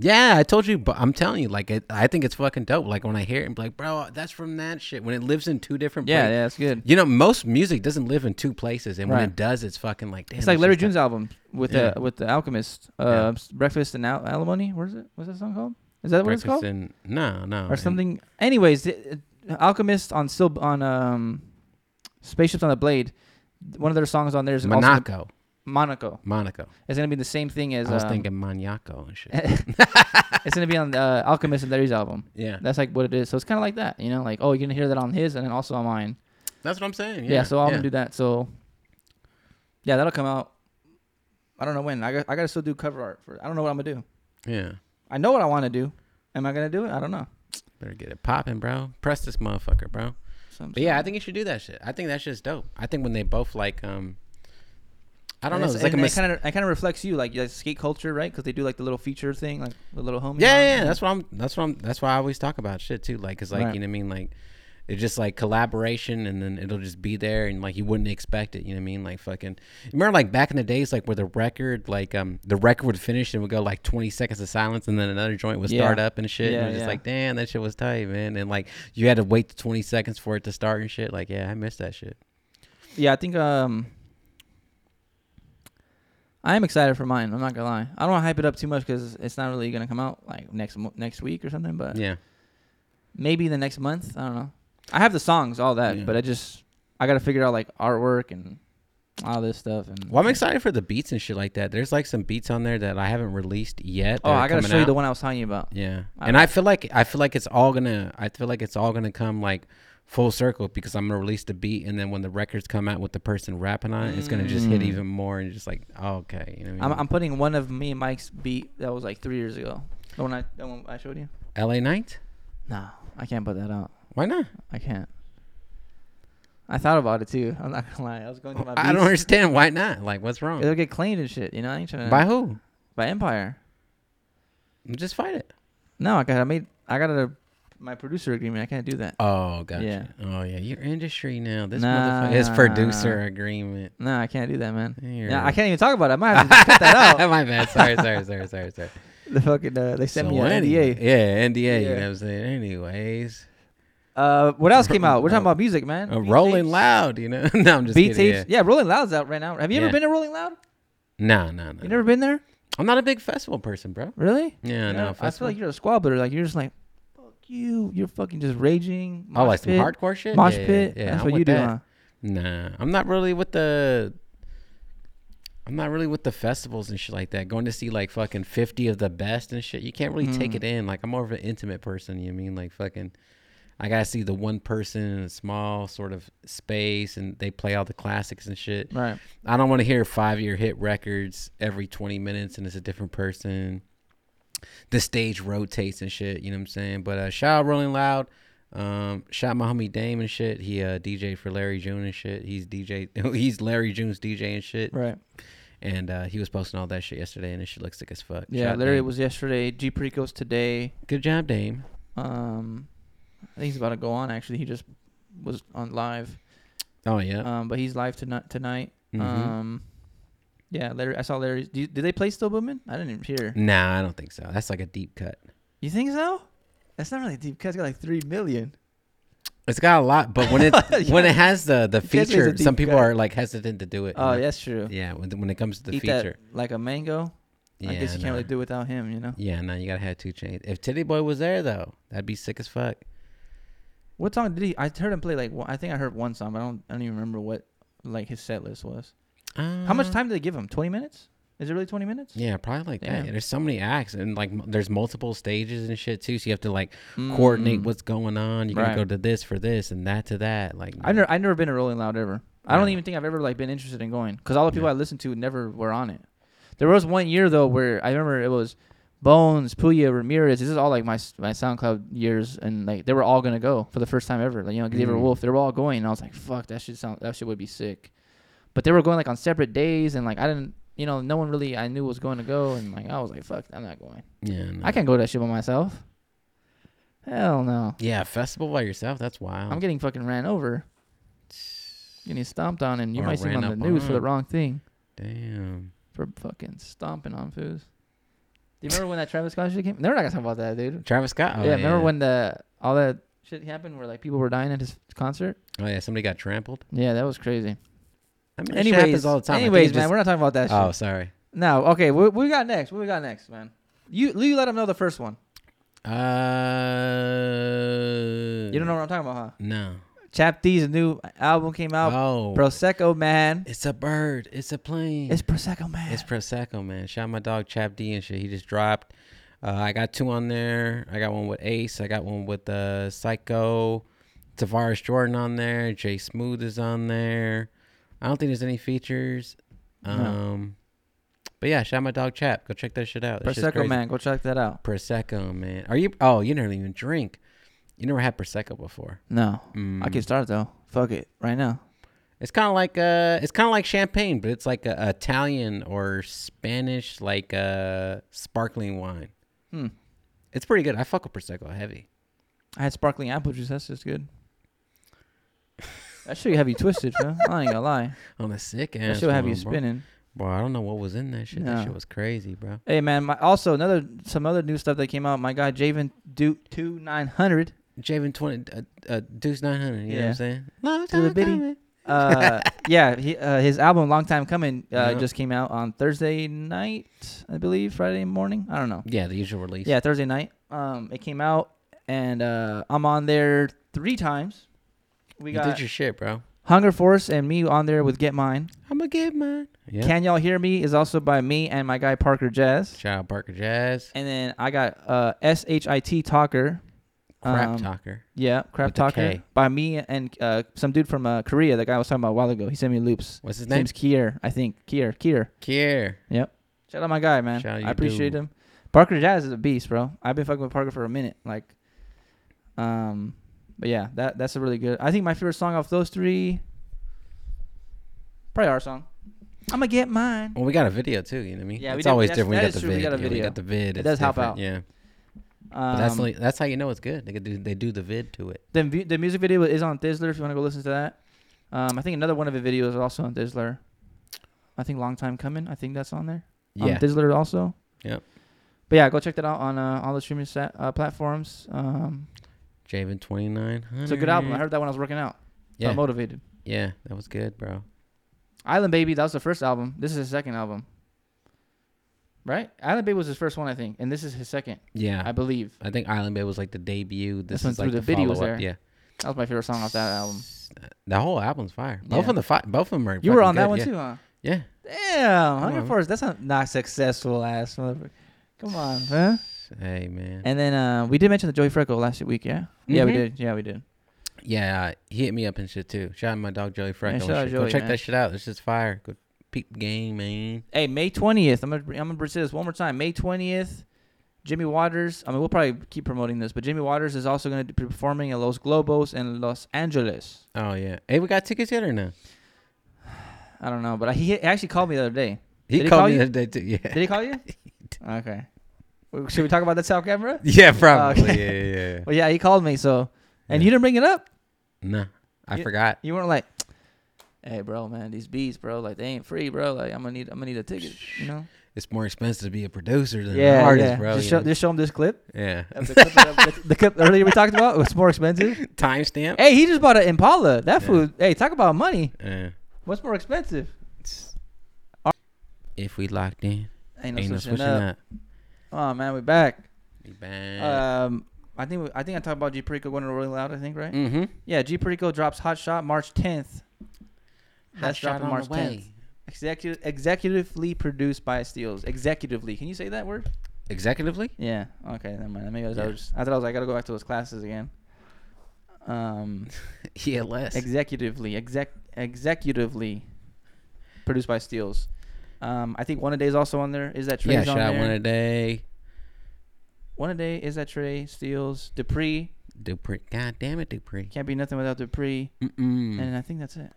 Speaker 1: Yeah, I told you, but I'm telling you, like, it, I think it's fucking dope. Like when I hear it, I'm like, bro, that's from that shit. When it lives in two different,
Speaker 2: Yeah,
Speaker 1: places.
Speaker 2: yeah, that's good.
Speaker 1: You know, most music doesn't live in two places, and when
Speaker 2: Right.
Speaker 1: it does, it's fucking like damn.
Speaker 2: it's like
Speaker 1: that
Speaker 2: Larry
Speaker 1: shit's
Speaker 2: June's album with
Speaker 1: Yeah.
Speaker 2: the with the Alchemist, uh,
Speaker 1: Yeah.
Speaker 2: s- Breakfast and Al- Alimony. What is it? What's that song called? Is that
Speaker 1: got
Speaker 2: what it's
Speaker 1: breakfast
Speaker 2: called?
Speaker 1: in- no, no,
Speaker 2: or
Speaker 1: and-
Speaker 2: something? Anyways, the, uh, Alchemist on still on um, Spaceships on the Blade. One of their songs on there is also
Speaker 1: Monaco,
Speaker 2: Monaco.
Speaker 1: Monaco.
Speaker 2: It's gonna be the same thing as
Speaker 1: I was
Speaker 2: um, eh,
Speaker 1: thinking Monaco and shit.
Speaker 2: it's gonna be on uh, Alchemist and Larry's album.
Speaker 1: yeah,
Speaker 2: That's like what it is. So it's kind of like that, you know, like oh, you're gonna hear that on his and then also on mine.
Speaker 1: that's what I'm saying.
Speaker 2: Yeah, so I'm gonna do that. So yeah, that'll come out. I don't know when. I got, I gotta still do cover art for. I don't know what I'm gonna do.
Speaker 1: Yeah,
Speaker 2: I know what I want to do. Am I gonna do it? I don't know.
Speaker 1: better get it popping, bro. Press this motherfucker, bro.
Speaker 2: So I'm
Speaker 1: But yeah, I think you should do that shit. I think that shit's dope. I think when they both like, um, I don't know, it's like a mis-
Speaker 2: kind of it kind of reflects you, like, like skate culture, right? Because they do like the little feature thing, like the little homie.
Speaker 1: Yeah,
Speaker 2: on
Speaker 1: yeah,
Speaker 2: it.
Speaker 1: yeah, that's what I'm. That's what I'm. That's why I always talk about shit too. Like, cause like
Speaker 2: Right.
Speaker 1: you know what I mean. Like, it's just like collaboration, and then it'll just be there, and like you wouldn't expect it. You know what I mean? Like fucking. Remember like back in the days, like where the record, like um, the record would finish and would go like 20 seconds of silence, and then another joint would
Speaker 2: Yeah.
Speaker 1: start up and shit.
Speaker 2: Yeah,
Speaker 1: and it was
Speaker 2: yeah.
Speaker 1: just like, damn, that shit was tight, man. And like you had to wait 20 seconds for it to start and shit. Like, yeah, I miss that shit.
Speaker 2: yeah. I think um, I am excited for mine. I'm not gonna lie. I don't want to hype it up too much because it's not really gonna come out like next mo- next week or something. But
Speaker 1: Yeah.
Speaker 2: maybe the next month. I don't know. I have the songs, all that,
Speaker 1: Yeah.
Speaker 2: but I just I gotta figure out like artwork and all this stuff. And
Speaker 1: Well, I'm excited for the beats and shit like that. There's like some beats on there that I haven't released yet.
Speaker 2: oh,
Speaker 1: that are
Speaker 2: I gotta
Speaker 1: coming
Speaker 2: show you
Speaker 1: out.
Speaker 2: the one I was telling you about.
Speaker 1: Yeah,
Speaker 2: I
Speaker 1: and I feel like I feel like it's all gonna I feel like it's all gonna come like full circle because I'm gonna release the beat and then when the records come out with the person rapping on it, it's gonna just hit
Speaker 2: Mm.
Speaker 1: even more and just like oh, okay, you know. What I
Speaker 2: I'm,
Speaker 1: mean?
Speaker 2: I'm putting one of me and Mike's beat that was like three years ago. The one I the one I showed you.
Speaker 1: L.A. Night?
Speaker 2: No, I can't put that out.
Speaker 1: Why not?
Speaker 2: I can't. I thought about it too. I'm not gonna lie. I was going through my beats.
Speaker 1: I don't understand why not. Like, what's wrong?
Speaker 2: It'll get claimed and shit. You know, I ain't trying
Speaker 1: By who?
Speaker 2: by Empire.
Speaker 1: Just fight it.
Speaker 2: No, I gotta made. I gotta my producer agreement. I can't do that.
Speaker 1: Oh, gotcha.
Speaker 2: Yeah.
Speaker 1: Oh yeah, your industry now. This
Speaker 2: Nah.
Speaker 1: motherfucker. His producer agreement.
Speaker 2: No, I can't do that, man.
Speaker 1: You're-
Speaker 2: Yeah, I can't even talk about it. I might have to just cut that out.
Speaker 1: My bad. Sorry, sorry, sorry, sorry, sorry.
Speaker 2: The fucking uh, they sent me
Speaker 1: So
Speaker 2: an
Speaker 1: anyway-
Speaker 2: NDA.
Speaker 1: Yeah, NDA. You
Speaker 2: Yeah.
Speaker 1: know what I'm saying? Anyways.
Speaker 2: Uh, what else came out? We're talking
Speaker 1: Oh.
Speaker 2: about music, man.
Speaker 1: Uh,
Speaker 2: Beat
Speaker 1: Rolling
Speaker 2: tapes.
Speaker 1: Loud, you know. no, I'm just
Speaker 2: Beat
Speaker 1: kidding.
Speaker 2: tapes. Yeah. Rolling Loud's out right now. Have you
Speaker 1: Yeah.
Speaker 2: ever been to Rolling Loud?
Speaker 1: Yeah. No, no, no.
Speaker 2: You never been there?
Speaker 1: I'm not a big festival person, bro.
Speaker 2: Really?
Speaker 1: Yeah, no.
Speaker 2: I feel
Speaker 1: Festival.
Speaker 2: like you're a squabbler. Like you're just like, fuck you. You're fucking just raging.
Speaker 1: oh,
Speaker 2: mosh
Speaker 1: like some
Speaker 2: pit,
Speaker 1: hardcore shit.
Speaker 2: Mosh
Speaker 1: yeah,
Speaker 2: pit.
Speaker 1: Yeah, yeah,
Speaker 2: That's
Speaker 1: I'm
Speaker 2: what you
Speaker 1: with
Speaker 2: do.
Speaker 1: that.
Speaker 2: Huh?
Speaker 1: Nah, I'm not really with the. I'm not really with the festivals and shit like that. Going to see like fucking 50 of the best and shit. You can't really take
Speaker 2: Mm.
Speaker 1: it in. Like I'm more of an intimate person. You know what I mean like fucking. I gotta see the one person in a small sort of space, and they play all the classics and shit.
Speaker 2: Right.
Speaker 1: I don't want to hear five year hit records every 20 minutes and it's a different person. The stage rotates and shit, you know what I'm saying? But uh, shout out Rolling Loud. Um, shout out my homie Dame and shit. He uh, DJ for Larry June and shit. He's DJ. He's Larry June's DJ and shit.
Speaker 2: Right.
Speaker 1: And uh, he was posting all that shit yesterday, and it shit looks sick as fuck.
Speaker 2: Yeah.
Speaker 1: Shout out
Speaker 2: Larry
Speaker 1: Dame.
Speaker 2: was yesterday. G Perico's today.
Speaker 1: Good job, Dame.
Speaker 2: Um, I think he's about to go on. Actually, he just was on live.
Speaker 1: Oh yeah.
Speaker 2: Um, but he's live tonight. Tonight.
Speaker 1: Mhm.
Speaker 2: Um, yeah, Larry. I saw Larry. Do you, did they play Still Booming? I didn't even hear.
Speaker 1: nah, I don't think so. That's like a deep cut.
Speaker 2: You think so? That's not really deep. Cause got like three million.
Speaker 1: It's got a lot, but when it when it has the the
Speaker 2: Because it's a
Speaker 1: feature, some
Speaker 2: deep
Speaker 1: people
Speaker 2: cut.
Speaker 1: are like hesitant to do it. you
Speaker 2: Oh,
Speaker 1: know?
Speaker 2: that's true.
Speaker 1: Yeah, when, when it comes to the
Speaker 2: Eat
Speaker 1: feature.
Speaker 2: that like a mango. I guess
Speaker 1: Yeah,
Speaker 2: you can't really
Speaker 1: nah.
Speaker 2: do without him, you know.
Speaker 1: Yeah, no, you gotta have two chains. If Titty Boy was there though, that'd be sick as fuck.
Speaker 2: What song did he? I heard him play like one- I think I heard one song, but I don't I don't even remember what like his set list was. How much
Speaker 1: Uh,
Speaker 2: time did they give him? Twenty minutes? Is it really twenty minutes?
Speaker 1: Yeah, probably like
Speaker 2: Yeah.
Speaker 1: that. There's so many acts and like m- there's multiple stages and shit too. So you have to like
Speaker 2: Mm.
Speaker 1: coordinate what's going on. You gotta
Speaker 2: Right.
Speaker 1: go to this for this and that to that. Like
Speaker 2: I've never I've never been to Rolling Loud ever. I don't
Speaker 1: Yeah.
Speaker 2: even think I've ever like been interested in going because all the people
Speaker 1: Yeah.
Speaker 2: I listened to never were on it. There was one year though where I remember it was Bones, Puya, Ramirez. This is all like my s- my SoundCloud years, and like they were all gonna go for the first time ever. Like you know, Xavier
Speaker 1: Mm.
Speaker 2: Wolf, they were all going, and I was like, fuck, that shit sound that shit would be sick. But they were going like on separate days, and like I didn't, you know, no one really I knew was going to go, and like I was like, fuck, I'm not going.
Speaker 1: yeah, no.
Speaker 2: I can't go to that shit by myself. Hell no.
Speaker 1: yeah, festival by yourself. That's wild.
Speaker 2: I'm getting fucking ran over. Getting stomped on, and you
Speaker 1: Or
Speaker 2: might see
Speaker 1: ran
Speaker 2: him on the
Speaker 1: up
Speaker 2: news for the
Speaker 1: on.
Speaker 2: wrong thing
Speaker 1: Damn.
Speaker 2: for fucking stomping on fools. Do you remember when that Travis Scott shit came? They're not gonna talk about that, dude.
Speaker 1: Travis Scott. Oh,
Speaker 2: yeah, remember when the all that shit happened where like people were dying at his concert?
Speaker 1: Oh yeah, somebody got trampled.
Speaker 2: Yeah, that was crazy.
Speaker 1: I mean, anyways,
Speaker 2: Anyways,
Speaker 1: happens all the time. I think
Speaker 2: anyways,
Speaker 1: it's
Speaker 2: man,
Speaker 1: just-
Speaker 2: we're not talking about that.
Speaker 1: oh,
Speaker 2: shit.
Speaker 1: sorry.
Speaker 2: No, okay. What what we got next? What we got next, man? You you let them know the first one.
Speaker 1: Uh,
Speaker 2: You don't know what I'm talking about,
Speaker 1: No.
Speaker 2: huh? Chap D's new album came out.
Speaker 1: Oh,
Speaker 2: Prosecco man,
Speaker 1: it's a bird. It's a plane.
Speaker 2: it's Prosecco man.
Speaker 1: It's Prosecco, man. Shout out my dog Chap D and shit. He just dropped. Uh, I got two on there. I got one with Ace. I got one with uh, Psycho. Tavares Jordan on there. Jay Smooth is on there. I don't think there's any features.
Speaker 2: No.
Speaker 1: Um, but yeah, shout out my dog Chap. Go check that shit out. That shit's
Speaker 2: Prosecco
Speaker 1: crazy.
Speaker 2: man, go check that out.
Speaker 1: Prosecco, man. Are you? Oh, you never even drink. You never had Prosecco before.
Speaker 2: No, I
Speaker 1: Mm.
Speaker 2: can start though. Fuck it, right now.
Speaker 1: It's kind of like uh, it's kind of like champagne, but it's like a, Italian or Spanish like uh, sparkling wine.
Speaker 2: Hmm.
Speaker 1: It's pretty good. I fuck with prosecco heavy.
Speaker 2: I had sparkling apple juice. That's just good. That should have you twisted, bro. I ain't gonna lie.
Speaker 1: On a sick
Speaker 2: That
Speaker 1: ass.
Speaker 2: should have
Speaker 1: one,
Speaker 2: you
Speaker 1: bro.
Speaker 2: spinning.
Speaker 1: Bro, I don't know what was in that shit.
Speaker 2: No.
Speaker 1: That shit was crazy, bro.
Speaker 2: Hey man, my, also another some other new stuff that came out. My guy Javen Duke two nine hundred.
Speaker 1: Javen twenty, uh, uh, Deuce nine hundred. You know what
Speaker 2: Yeah.
Speaker 1: I'm saying? Long
Speaker 2: To the
Speaker 1: time
Speaker 2: bitty.
Speaker 1: coming.
Speaker 2: Uh, yeah, he, uh, his album Long Time Coming uh,
Speaker 1: Yeah.
Speaker 2: just came out on Thursday night, I believe, Friday morning. I don't know.
Speaker 1: Yeah, the usual release.
Speaker 2: Yeah, Thursday night. Um, it came out, and uh, I'm on there three times. We
Speaker 1: you
Speaker 2: got
Speaker 1: did your shit, bro.
Speaker 2: Hunger Force and me on there with Get Mine.
Speaker 1: I'ma get mine. Yeah.
Speaker 2: Can Y'all Hear Me is also by me and my guy Parker Jazz.
Speaker 1: Shout out Parker Jazz.
Speaker 2: And then I got uh, SHIT Talker.
Speaker 1: Crap
Speaker 2: um,
Speaker 1: talker.
Speaker 2: Yeah, Crap
Speaker 1: With the
Speaker 2: Talker
Speaker 1: K.
Speaker 2: by me and uh, some dude from uh, Korea, the guy I was talking about a while ago. He sent me loops.
Speaker 1: What's his
Speaker 2: His
Speaker 1: name?
Speaker 2: name's Kier, I think. Kier, Kier.
Speaker 1: Kier.
Speaker 2: Shout out my guy, man.
Speaker 1: Shout out
Speaker 2: I
Speaker 1: you
Speaker 2: appreciate
Speaker 1: dude.
Speaker 2: him. Parker Jazz is a beast, bro. I've been fucking with Parker for a minute. Like, um, but yeah, that that's a really good. I think my favorite song off those three, probably our song. I'm gonna get mine.
Speaker 1: Well, we got a video too. You know what I mean?
Speaker 2: Yeah, we
Speaker 1: it's
Speaker 2: did-
Speaker 1: always
Speaker 2: that's-
Speaker 1: different. when
Speaker 2: that
Speaker 1: you
Speaker 2: is
Speaker 1: got the
Speaker 2: true, we
Speaker 1: vid.
Speaker 2: got a
Speaker 1: yeah, we
Speaker 2: video.
Speaker 1: got the vid.
Speaker 2: It
Speaker 1: It's
Speaker 2: does help
Speaker 1: different,
Speaker 2: out.
Speaker 1: Yeah. But
Speaker 2: Um,
Speaker 1: that's like, that's how you know it's good. They could do they do the vid to it.
Speaker 2: The, mu- the music video is on Thizzler if you want to go listen to that. Um, I think another one of the videos is also on Thizzler. I think Long Time Coming. I think that's on there. On
Speaker 1: Yeah.
Speaker 2: Thizzler also.
Speaker 1: Yep.
Speaker 2: But yeah, go check that out on uh, all the streaming sat, uh, platforms. Um,
Speaker 1: Javen twenty nine.
Speaker 2: it's a good album. I heard that when I was working out. Yeah.
Speaker 1: Yeah.
Speaker 2: I'm motivated.
Speaker 1: Yeah, that was good, bro.
Speaker 2: Island Baby, that was the first album. This is his second album. Right? Island Baby was his first one, I think. And this is his second,
Speaker 1: Yeah.
Speaker 2: I believe.
Speaker 1: I think Island Bay was like the debut.
Speaker 2: This
Speaker 1: This
Speaker 2: one
Speaker 1: is like
Speaker 2: through
Speaker 1: the,
Speaker 2: the video was
Speaker 1: follow up.
Speaker 2: there.
Speaker 1: Yeah.
Speaker 2: That was my favorite song off that album.
Speaker 1: The whole album's fire. Both
Speaker 2: Yeah.
Speaker 1: of the fi- both of them are.
Speaker 2: You were
Speaker 1: fucking
Speaker 2: on that
Speaker 1: good,
Speaker 2: one
Speaker 1: yeah.
Speaker 2: too, huh?
Speaker 1: Yeah.
Speaker 2: Damn, Hunger
Speaker 1: on.
Speaker 2: Force. That's not, not successful ass motherfucker. Come on, man.
Speaker 1: Hey man.
Speaker 2: And then uh, we did mention the Joey Freckle last week, yeah. Yeah, we
Speaker 1: Mhm.
Speaker 2: did. Yeah, we did.
Speaker 1: yeah, uh, he hit me up and shit too. Shout out my dog Joey Freckle. and
Speaker 2: shout out
Speaker 1: shit.
Speaker 2: Joey,
Speaker 1: Go check
Speaker 2: man.
Speaker 1: that shit out. It's just fire. Go peep game, man.
Speaker 2: Hey, May twentieth. I'm gonna I'm gonna say this one more time. May twentieth. Jimmy Waters. I mean, we'll probably keep promoting this, but Jimmy Waters is also going to be performing at Los Globos in Los Angeles.
Speaker 1: Oh yeah. Hey, we got tickets yet or no?
Speaker 2: I don't know, but he actually called me the other day.
Speaker 1: He
Speaker 2: Did he
Speaker 1: called
Speaker 2: call
Speaker 1: me
Speaker 2: you?
Speaker 1: the other day too. Yeah.
Speaker 2: Did he call you? okay. Well, Should we talk about that cell camera?
Speaker 1: Yeah, probably.
Speaker 2: okay.
Speaker 1: Yeah, yeah, yeah.
Speaker 2: Well, yeah, he called me. So, and
Speaker 1: Yeah.
Speaker 2: you didn't bring it up.
Speaker 1: No, I
Speaker 2: You-
Speaker 1: forgot.
Speaker 2: You weren't like, hey, bro, man, these beats, bro, like they ain't free, bro. Like I'm gonna need, I'm gonna need a ticket, you know?
Speaker 1: It's more expensive to be a producer than
Speaker 2: Yeah,
Speaker 1: an artist,
Speaker 2: yeah.
Speaker 1: bro.
Speaker 2: just,
Speaker 1: you
Speaker 2: show,
Speaker 1: know?
Speaker 2: just Uh, show him this clip.
Speaker 1: yeah.
Speaker 2: of the clip, that- the clip earlier we talked about. It's more expensive.
Speaker 1: Timestamp.
Speaker 2: Hey, he just bought an Impala. That
Speaker 1: Yeah.
Speaker 2: food. Hey, talk about money.
Speaker 1: Yeah.
Speaker 2: What's more expensive?
Speaker 1: If we locked in,
Speaker 2: Ain't no
Speaker 1: Ain't no
Speaker 2: switching,
Speaker 1: switching
Speaker 2: up.
Speaker 1: that.
Speaker 2: Oh man, we back.
Speaker 1: We back.
Speaker 2: Um, I think we, I think I talked about G Perico going to Rolling Loud. I think right.
Speaker 1: mm-hmm.
Speaker 2: Yeah, G Perico drops Hot Shot March 10th. That's dropping March 10th. Executive executively produced by Steels. Executively, can you say that word?
Speaker 1: Executively?
Speaker 2: Yeah. Okay. Never mind. Maybe I was, I,
Speaker 1: Yeah.
Speaker 2: was I thought I was. like, I gotta go back to those classes again. Um,
Speaker 1: ELS.
Speaker 2: executively, exec, executively, produced by Steels. Um, I think one a day is also on there. Is that Trey's
Speaker 1: yeah,
Speaker 2: on
Speaker 1: shout
Speaker 2: there?
Speaker 1: out one a day.
Speaker 2: One a day is that Trey Steels Dupree.
Speaker 1: Dupree. God damn it, Dupree.
Speaker 2: Can't be nothing without Dupree.
Speaker 1: Mm-mm.
Speaker 2: And I think that's it.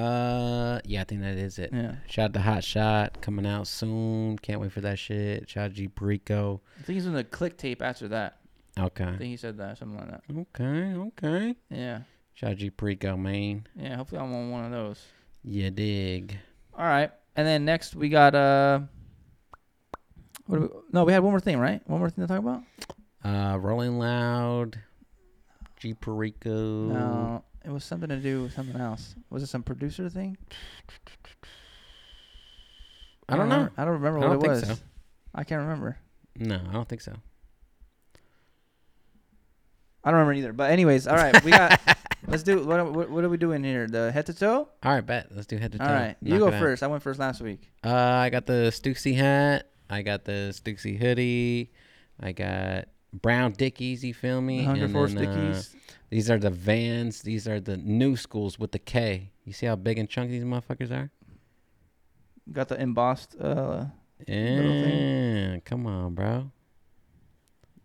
Speaker 1: Uh, yeah, I think that is it.
Speaker 2: Yeah.
Speaker 1: Shout out to Hot Shot coming out soon. Can't wait for that shit. Shout out G Perico.
Speaker 2: I think he's on the click tape after that. I
Speaker 1: Okay.
Speaker 2: think he said that something like that.
Speaker 1: Okay. Okay.
Speaker 2: Yeah.
Speaker 1: Shout out G Perico, man.
Speaker 2: Yeah. Hopefully I'm on one of those.
Speaker 1: You dig.
Speaker 2: All right. And then next we got uh. What do we, no, we had one more thing, right? One more thing to talk about.
Speaker 1: Uh, Rolling Loud. G Perico.
Speaker 2: No, it was something to do with something else. Was it some producer thing?
Speaker 1: I don't know.
Speaker 2: remember- I don't remember
Speaker 1: I
Speaker 2: what
Speaker 1: don't
Speaker 2: it
Speaker 1: think
Speaker 2: was.
Speaker 1: so.
Speaker 2: I can't remember.
Speaker 1: No, I don't think so.
Speaker 2: I don't remember either. But anyways, all right, we got. let's do what, are- what. What are we doing here? The head to toe.
Speaker 1: All right, bet. Let's do head to toe.
Speaker 2: All right, you
Speaker 1: Knock
Speaker 2: go
Speaker 1: it out.
Speaker 2: first. I went first last week.
Speaker 1: Uh, I got the Stuxy hat. I got the Stuxy hoodie. I got brown Dickies. You feel me?
Speaker 2: Hunger
Speaker 1: And
Speaker 2: Force
Speaker 1: then, uh,
Speaker 2: Dickies.
Speaker 1: these are the Vans. These are the new schools with the K. You see how big and chunky these motherfuckers are?
Speaker 2: Got the embossed. Uh, thing.
Speaker 1: Yeah, come on, bro.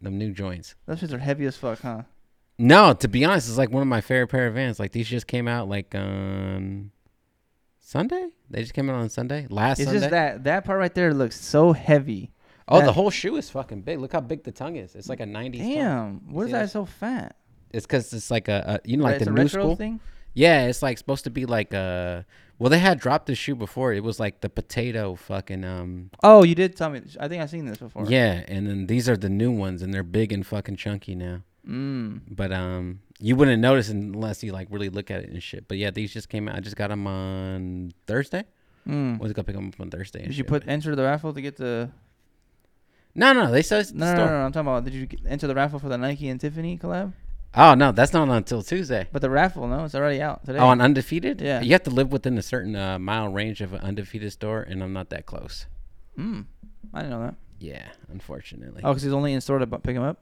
Speaker 1: Them new joints.
Speaker 2: those shits are heavy as fuck, huh?
Speaker 1: No, to be honest, it's like one of my favorite pair of Vans. Like these just came out like on Sunday. They just came out on Sunday last
Speaker 2: It's
Speaker 1: Sunday.
Speaker 2: just that that part right there looks so heavy.
Speaker 1: oh,
Speaker 2: that-
Speaker 1: the whole shoe is fucking big. Look how big the tongue is. It's like a nineties.
Speaker 2: Damn, what is
Speaker 1: see
Speaker 2: that
Speaker 1: that?
Speaker 2: so fat?
Speaker 1: It's because it's like a, a you know
Speaker 2: Right,
Speaker 1: like
Speaker 2: it's
Speaker 1: the
Speaker 2: a
Speaker 1: new
Speaker 2: retro
Speaker 1: school.
Speaker 2: thing.
Speaker 1: Yeah, it's like supposed to be like a. Well, they had dropped this shoe before. It was like the potato fucking um.
Speaker 2: Oh, you did tell me. I think I've seen this before.
Speaker 1: Yeah, and then these are the new ones, and they're big and fucking chunky now.
Speaker 2: Mm.
Speaker 1: But um, you wouldn't notice unless you like really look at it and shit. But yeah, these just came out. I just got them on Thursday.
Speaker 2: Mm.
Speaker 1: I was gonna pick them up on Thursday. and
Speaker 2: Did you
Speaker 1: shit,
Speaker 2: put
Speaker 1: but-
Speaker 2: enter the raffle to get the?
Speaker 1: No, no, they said it's the
Speaker 2: No, no, no,
Speaker 1: store.
Speaker 2: no, I'm talking about. Did you get- enter the raffle for the Nike and Tiffany collab?
Speaker 1: Oh no, that's not until Tuesday.
Speaker 2: But the raffle, no, it's already out today.
Speaker 1: Oh, on undefeated.
Speaker 2: Yeah.
Speaker 1: you have to live within a certain uh, mile range of an undefeated store, and I'm not that close.
Speaker 2: Mm. I didn't know that.
Speaker 1: Yeah, unfortunately.
Speaker 2: Oh, because he's only in store to bu- pick him up.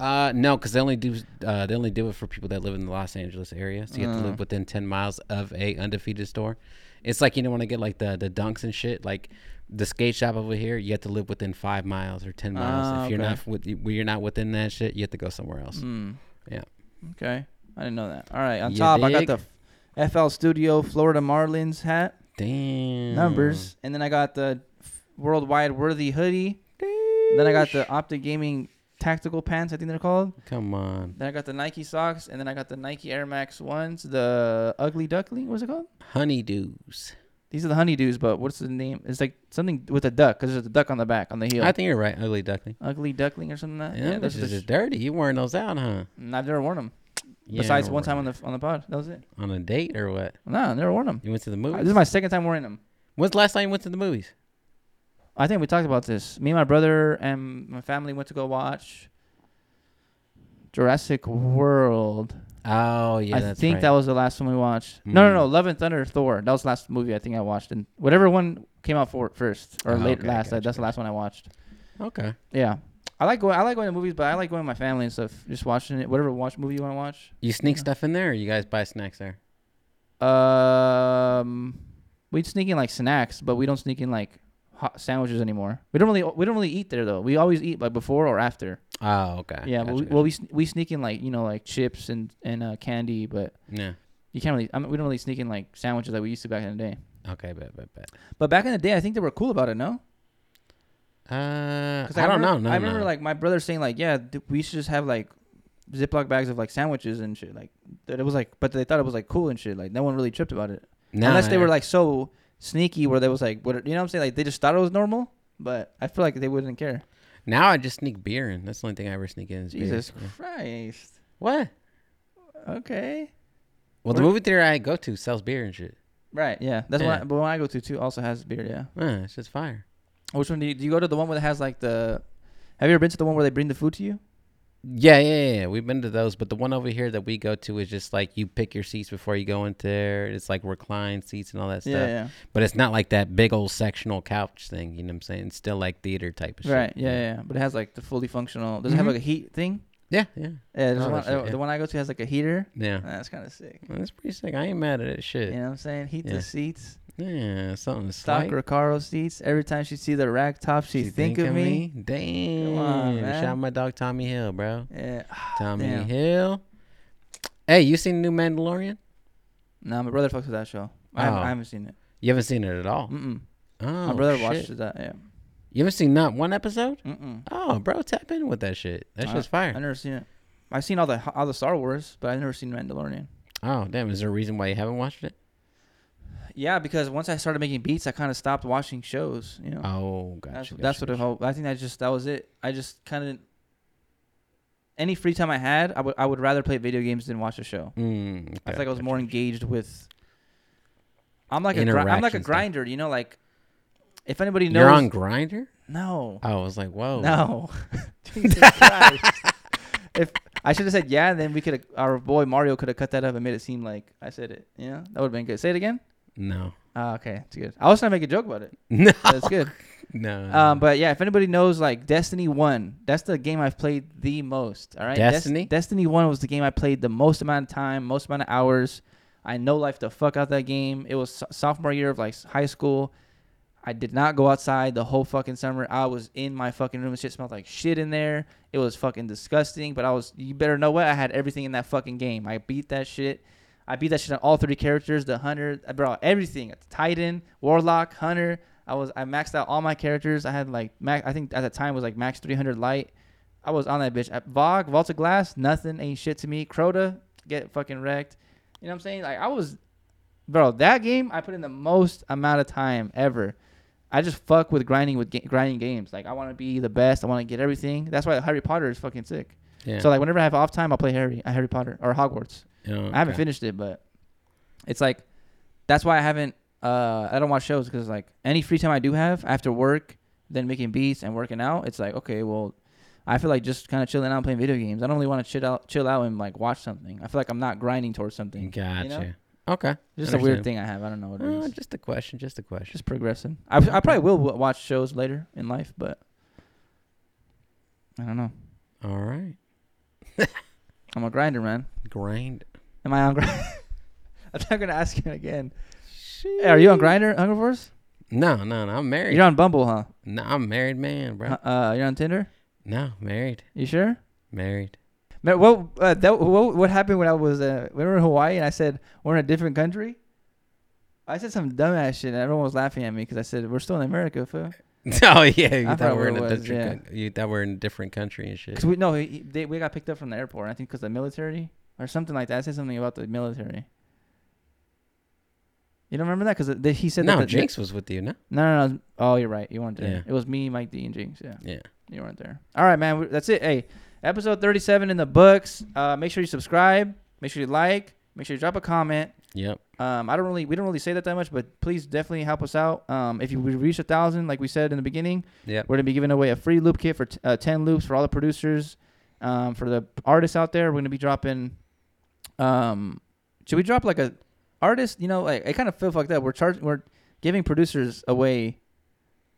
Speaker 1: Uh, no, because they only do uh, they only do it for people that live in the Los Angeles area. So you have to
Speaker 2: Mm.
Speaker 1: live within ten miles of a undefeated store. It's like you know when I get like the the dunks and shit. Like the skate shop over here, you have to live within five miles or ten miles.
Speaker 2: Ah,
Speaker 1: if you're
Speaker 2: okay.
Speaker 1: not with when you're not within that shit, you have to go somewhere else.
Speaker 2: Mm.
Speaker 1: Yeah.
Speaker 2: Okay, I didn't know that. All right, on
Speaker 1: You
Speaker 2: top I
Speaker 1: dig?
Speaker 2: got the FL Studio Florida Marlins hat
Speaker 1: Damn
Speaker 2: numbers, and then I got the f- Worldwide Worthy hoodie. Then I got the Optic Gaming tactical pants. I think they're called.
Speaker 1: Come on,
Speaker 2: Then I got the Nike socks, and then I got the Nike Air Max ones. The Ugly Duckling, what's it called?
Speaker 1: honeydews.
Speaker 2: These are the honeydews, but what's the name? It's like something with a duck, because there's a duck on the back, on the heel.
Speaker 1: I think you're right, ugly duckling.
Speaker 2: Ugly duckling or something like that.
Speaker 1: Yeah,
Speaker 2: Uh, that's
Speaker 1: this
Speaker 2: what
Speaker 1: is
Speaker 2: this-
Speaker 1: just dirty. You wearing those out, huh?
Speaker 2: Mm, I've never worn them.
Speaker 1: Yeah,
Speaker 2: Besides one time
Speaker 1: right.
Speaker 2: on the on the pod, that was it.
Speaker 1: on a date or what?
Speaker 2: No, I never worn them.
Speaker 1: You went to the
Speaker 2: Uh, This is
Speaker 1: movies.
Speaker 2: my second time wearing them.
Speaker 1: When's the last time you went to the movies?
Speaker 2: I think we talked about this. Me and my brother and my family went to go watch Jurassic World.
Speaker 1: Oh yeah,
Speaker 2: I
Speaker 1: that's
Speaker 2: think
Speaker 1: right.
Speaker 2: that was the last one we watched. No, no,
Speaker 1: Mm.
Speaker 2: no. Love and Thunder, Thor. That was the last movie I think I watched, and whatever one came out for first or
Speaker 1: Oh,
Speaker 2: late
Speaker 1: okay,
Speaker 2: last.
Speaker 1: gotcha,
Speaker 2: that's the last one I watched.
Speaker 1: okay.
Speaker 2: Yeah, I like going. I like going to movies, but I like going with my family and stuff. Just watching it. Whatever watch movie you want to watch.
Speaker 1: You sneak
Speaker 2: Yeah.
Speaker 1: stuff in there, or you guys buy snacks there?
Speaker 2: Um, we sneak in like snacks, but we don't sneak in like hot sandwiches anymore. We don't really. We don't really eat there though. We always eat like before or after.
Speaker 1: Oh, okay.
Speaker 2: yeah, but
Speaker 1: Gotcha,
Speaker 2: we,
Speaker 1: gotcha.
Speaker 2: well, we sn- we sneak in like you know like chips and and uh, candy, but
Speaker 1: yeah.
Speaker 2: you can't really. I mean, we don't really sneak in like sandwiches like we used to back in the day.
Speaker 1: Okay, bet, bet, bet.
Speaker 2: But back in the day, I think they were cool about it. No,
Speaker 1: Uh,
Speaker 2: 'Cause
Speaker 1: I, don't know.
Speaker 2: remember-
Speaker 1: No,
Speaker 2: I remember
Speaker 1: no.
Speaker 2: like my brother saying like, yeah, d- we should just have like Ziploc bags of like sandwiches and shit. Like that it was like, but they thought it was like cool and shit. Like no one really tripped about it
Speaker 1: Nah,
Speaker 2: unless they
Speaker 1: I-
Speaker 2: were like so sneaky where they was like, what you know what I'm saying? Like they just thought it was normal, but I feel like they wouldn't care.
Speaker 1: now I just sneak beer in. That's the only thing I ever sneak in. Is
Speaker 2: Jesus
Speaker 1: Beer. Yeah.
Speaker 2: Christ.
Speaker 1: What?
Speaker 2: Okay.
Speaker 1: Well,
Speaker 2: What-
Speaker 1: the movie theater I go to sells beer and shit.
Speaker 2: Right. Yeah. That's
Speaker 1: Yeah.
Speaker 2: what. I, but when I go to too also has beer. Yeah.
Speaker 1: Uh, it's just fire.
Speaker 2: Which one do you, do you go to? The one that has like the. Have you ever been to the one where they bring the food to you?
Speaker 1: Yeah, yeah, yeah. We've been to those, but the one over here that we go to is just like you pick your seats before you go in there. It's like reclined seats and all that stuff.
Speaker 2: Yeah,
Speaker 1: But it's not like that big old sectional couch thing. You know what I'm saying? It's still like theater type of
Speaker 2: yeah. Right.
Speaker 1: shit.
Speaker 2: Yeah, yeah, yeah. But it has like the fully functional. Does it have
Speaker 1: Mhm.
Speaker 2: like a heat thing?
Speaker 1: Yeah, yeah,
Speaker 2: Yeah, there's
Speaker 1: Oh,
Speaker 2: one-
Speaker 1: shit,
Speaker 2: uh,
Speaker 1: yeah.
Speaker 2: The one I go to has like a heater.
Speaker 1: yeah.
Speaker 2: That's kind of sick.
Speaker 1: Well, that's pretty sick. I ain't mad at that
Speaker 2: You
Speaker 1: shit.
Speaker 2: know what I'm saying? Heat
Speaker 1: Yeah.
Speaker 2: the seats.
Speaker 1: Yeah, something
Speaker 2: Stock
Speaker 1: slight.
Speaker 2: Recaro seats. Every time she see the rack top, she,
Speaker 1: You
Speaker 2: think, of me.
Speaker 1: Damn.
Speaker 2: on,
Speaker 1: Shout out
Speaker 2: man.
Speaker 1: my dog Tommy Hill, bro.
Speaker 2: Yeah.
Speaker 1: Tommy
Speaker 2: Damn.
Speaker 1: Hill. Hey, you seen the new Mandalorian?
Speaker 2: Nah, my brother fucks with that show. I,
Speaker 1: Oh.
Speaker 2: haven't, I haven't seen it.
Speaker 1: You haven't seen it at all.
Speaker 2: Mm-mm.
Speaker 1: Oh,
Speaker 2: my brother
Speaker 1: shit.
Speaker 2: watched that. Yeah.
Speaker 1: You haven't seen not one episode?
Speaker 2: Mm-mm.
Speaker 1: Oh, bro, tap in with that shit. That
Speaker 2: Uh,
Speaker 1: shit's fire.
Speaker 2: I've never seen it. I've seen all the all the Star Wars, but I've never seen Mandalorian.
Speaker 1: Oh, damn. Is there a reason why you haven't watched it?
Speaker 2: Yeah, because once I started making beats, I kind of stopped watching shows. You know.
Speaker 1: Oh, gotcha.
Speaker 2: that's
Speaker 1: gotcha,
Speaker 2: that's what it
Speaker 1: gotcha.
Speaker 2: whole. I think that just that was it. I just kind of any free time I had, I would I would rather play video games than watch a show.
Speaker 1: Mm,
Speaker 2: I
Speaker 1: okay,
Speaker 2: feel like I was
Speaker 1: gotcha.
Speaker 2: more engaged with. I'm like a gri- I'm like a
Speaker 1: Interactions, though.
Speaker 2: grinder, you know. Like, if anybody knows,
Speaker 1: You're on Grinder?
Speaker 2: no,
Speaker 1: Oh, I was like, whoa.
Speaker 2: no, Jesus Christ. If I should have said yeah, then we could our boy Mario could have cut that up and made it seem like I said it. You know, that would have been good. Say it again.
Speaker 1: No.
Speaker 2: Ah, okay, that's good. I was trying to make a joke about it.
Speaker 1: No.
Speaker 2: That's good.
Speaker 1: no.
Speaker 2: Um, but yeah, if anybody knows like Destiny One, that's the game I've played the most. All right, Des-
Speaker 1: Destiny?
Speaker 2: Destiny One was the game I played the most amount of time, most amount of hours. I know life the fuck out that game. It was so- sophomore year of like s- high school. I did not go outside the whole fucking summer. I was in my fucking room. and Shit smelled like shit in there. It was fucking disgusting. But I was, you better know what I had everything in that fucking game. I beat that shit. I beat that shit on all three characters. The hunter, I brought everything. Titan, warlock, hunter. I was I maxed out all my characters. I had like max. I think at the time was like max 300 light. I was on that bitch. At Vogue, Vault of Glass, nothing ain't shit to me. Crota, get fucking wrecked. You know what I'm saying? Like I was, bro. That game I put in the most amount of time ever. I just fuck with grinding with ga- grinding games. Like I want to be the best. I want to get everything. That's why Harry Potter is fucking sick.
Speaker 1: yeah.
Speaker 2: So like whenever I have off time, I'll play Harry uh, Harry Potter or Hogwarts.
Speaker 1: Oh,
Speaker 2: I haven't
Speaker 1: okay.
Speaker 2: finished it, but it's like that's why I haven't. Uh, I don't watch shows because like any free time I do have after work, then making beats and working out, it's like okay, well, I feel like just kind of chilling out and playing video games. I don't really want to chill out, chill out and like watch something. I feel like I'm not grinding towards something. It's
Speaker 1: Gotcha.
Speaker 2: know?
Speaker 1: Okay.
Speaker 2: Just a weird thing I have. I don't know what it
Speaker 1: Understandable.
Speaker 2: is.
Speaker 1: Oh, just a question. Just a question.
Speaker 2: Just progressing. I, I probably will w- watch shows later in life, but I don't know.
Speaker 1: All right.
Speaker 2: I'm a grinder, man.
Speaker 1: Grind.
Speaker 2: Am I on grinder? I'm not gonna ask you again. Hey, are you on grinder, Hunger Force?
Speaker 1: No, no, no. I'm married.
Speaker 2: You're on Bumble, huh?
Speaker 1: no, I'm a married man, bro.
Speaker 2: Uh, you're on Tinder.
Speaker 1: no, married.
Speaker 2: You sure?
Speaker 1: Married.
Speaker 2: Man, what, uh, that, what what happened when I was uh, when we were in Hawaii and I said we're in a different country? I said some dumbass shit and everyone was laughing at me because I said we're still in America,
Speaker 1: oh,
Speaker 2: fool.
Speaker 1: yeah. You
Speaker 2: forgot
Speaker 1: thought we're
Speaker 2: where
Speaker 1: in
Speaker 2: it
Speaker 1: a
Speaker 2: was, yeah.
Speaker 1: different coun- you thought we're in a different country and shit.
Speaker 2: Because we no, he, he- they, we got picked up from the airport. I think because the military or something like that. I said something about the military. You don't remember that? Because he said that
Speaker 1: No,
Speaker 2: the-
Speaker 1: Jinx was with you, no?
Speaker 2: No, no, no. Oh, you're right. You weren't there.
Speaker 1: Yeah.
Speaker 2: It was me, Mike D, and Jinx. Yeah.
Speaker 1: Yeah.
Speaker 2: You weren't there. All right, man. we- That's it. Hey, episode 37 in the books. Uh, make sure you subscribe. Make sure you like. Make sure you drop a comment.
Speaker 1: Yep.
Speaker 2: Um, I don't really, we don't really say that that much, but please definitely help us out. Um, if you we reach a thousand, like we said in the beginning,
Speaker 1: Yep.
Speaker 2: we're gonna be giving away a free loop kit for t- uh, ten loops for all the producers. Um, for the artists out there, we're gonna be dropping. Um, should we drop like a artist? You know, like I kind of feel fucked up. We're charging, we're giving producers away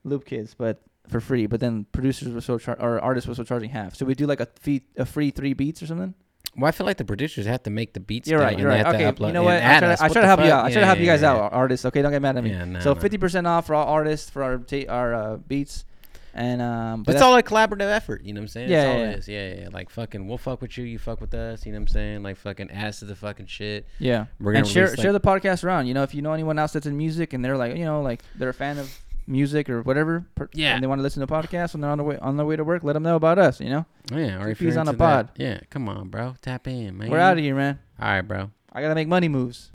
Speaker 2: loop kits, but for free. But then producers were so char- or artists were so charging half. Should we do like a fee, a free three beats or something?
Speaker 1: Well, I feel like the producers have to make the beats.
Speaker 2: You're
Speaker 1: though,
Speaker 2: right.
Speaker 1: and
Speaker 2: You're
Speaker 1: they
Speaker 2: right.
Speaker 1: have to
Speaker 2: Okay.
Speaker 1: upload-
Speaker 2: You know
Speaker 1: and
Speaker 2: what?
Speaker 1: add
Speaker 2: I try
Speaker 1: us.
Speaker 2: to, I
Speaker 1: What
Speaker 2: try
Speaker 1: the
Speaker 2: to help you
Speaker 1: fuck?
Speaker 2: out. I try
Speaker 1: Yeah,
Speaker 2: to help you
Speaker 1: yeah,
Speaker 2: guys
Speaker 1: yeah.
Speaker 2: out, artists. Okay, don't get mad at me.
Speaker 1: Yeah, no,
Speaker 2: so
Speaker 1: no.
Speaker 2: fifty percent off for all artists for our ta- our uh, beats, and um. But
Speaker 1: It's
Speaker 2: that's-
Speaker 1: all a collaborative effort, you know what I'm saying? it's
Speaker 2: Yeah,
Speaker 1: all
Speaker 2: yeah, yeah.
Speaker 1: it is. yeah, yeah, yeah. Like fucking, we'll fuck with you, you fuck with us, you know what I'm saying? Like fucking, add us to the fucking shit.
Speaker 2: yeah.
Speaker 1: We're
Speaker 2: and
Speaker 1: gonna
Speaker 2: share
Speaker 1: release,
Speaker 2: share the podcast around. You know, if you know anyone else that's in music and they're like, you know, like they're a fan of music or whatever, per-
Speaker 1: Yeah.
Speaker 2: and they want to listen to podcasts when they're on the way on their way to work, let them know about us. You know,
Speaker 1: Yeah, or
Speaker 2: Two
Speaker 1: if you're
Speaker 2: peas on a
Speaker 1: into that- Yeah, come on, bro. Tap in, man.
Speaker 2: we're out of here, man.
Speaker 1: All right, bro.
Speaker 2: I gotta make money moves.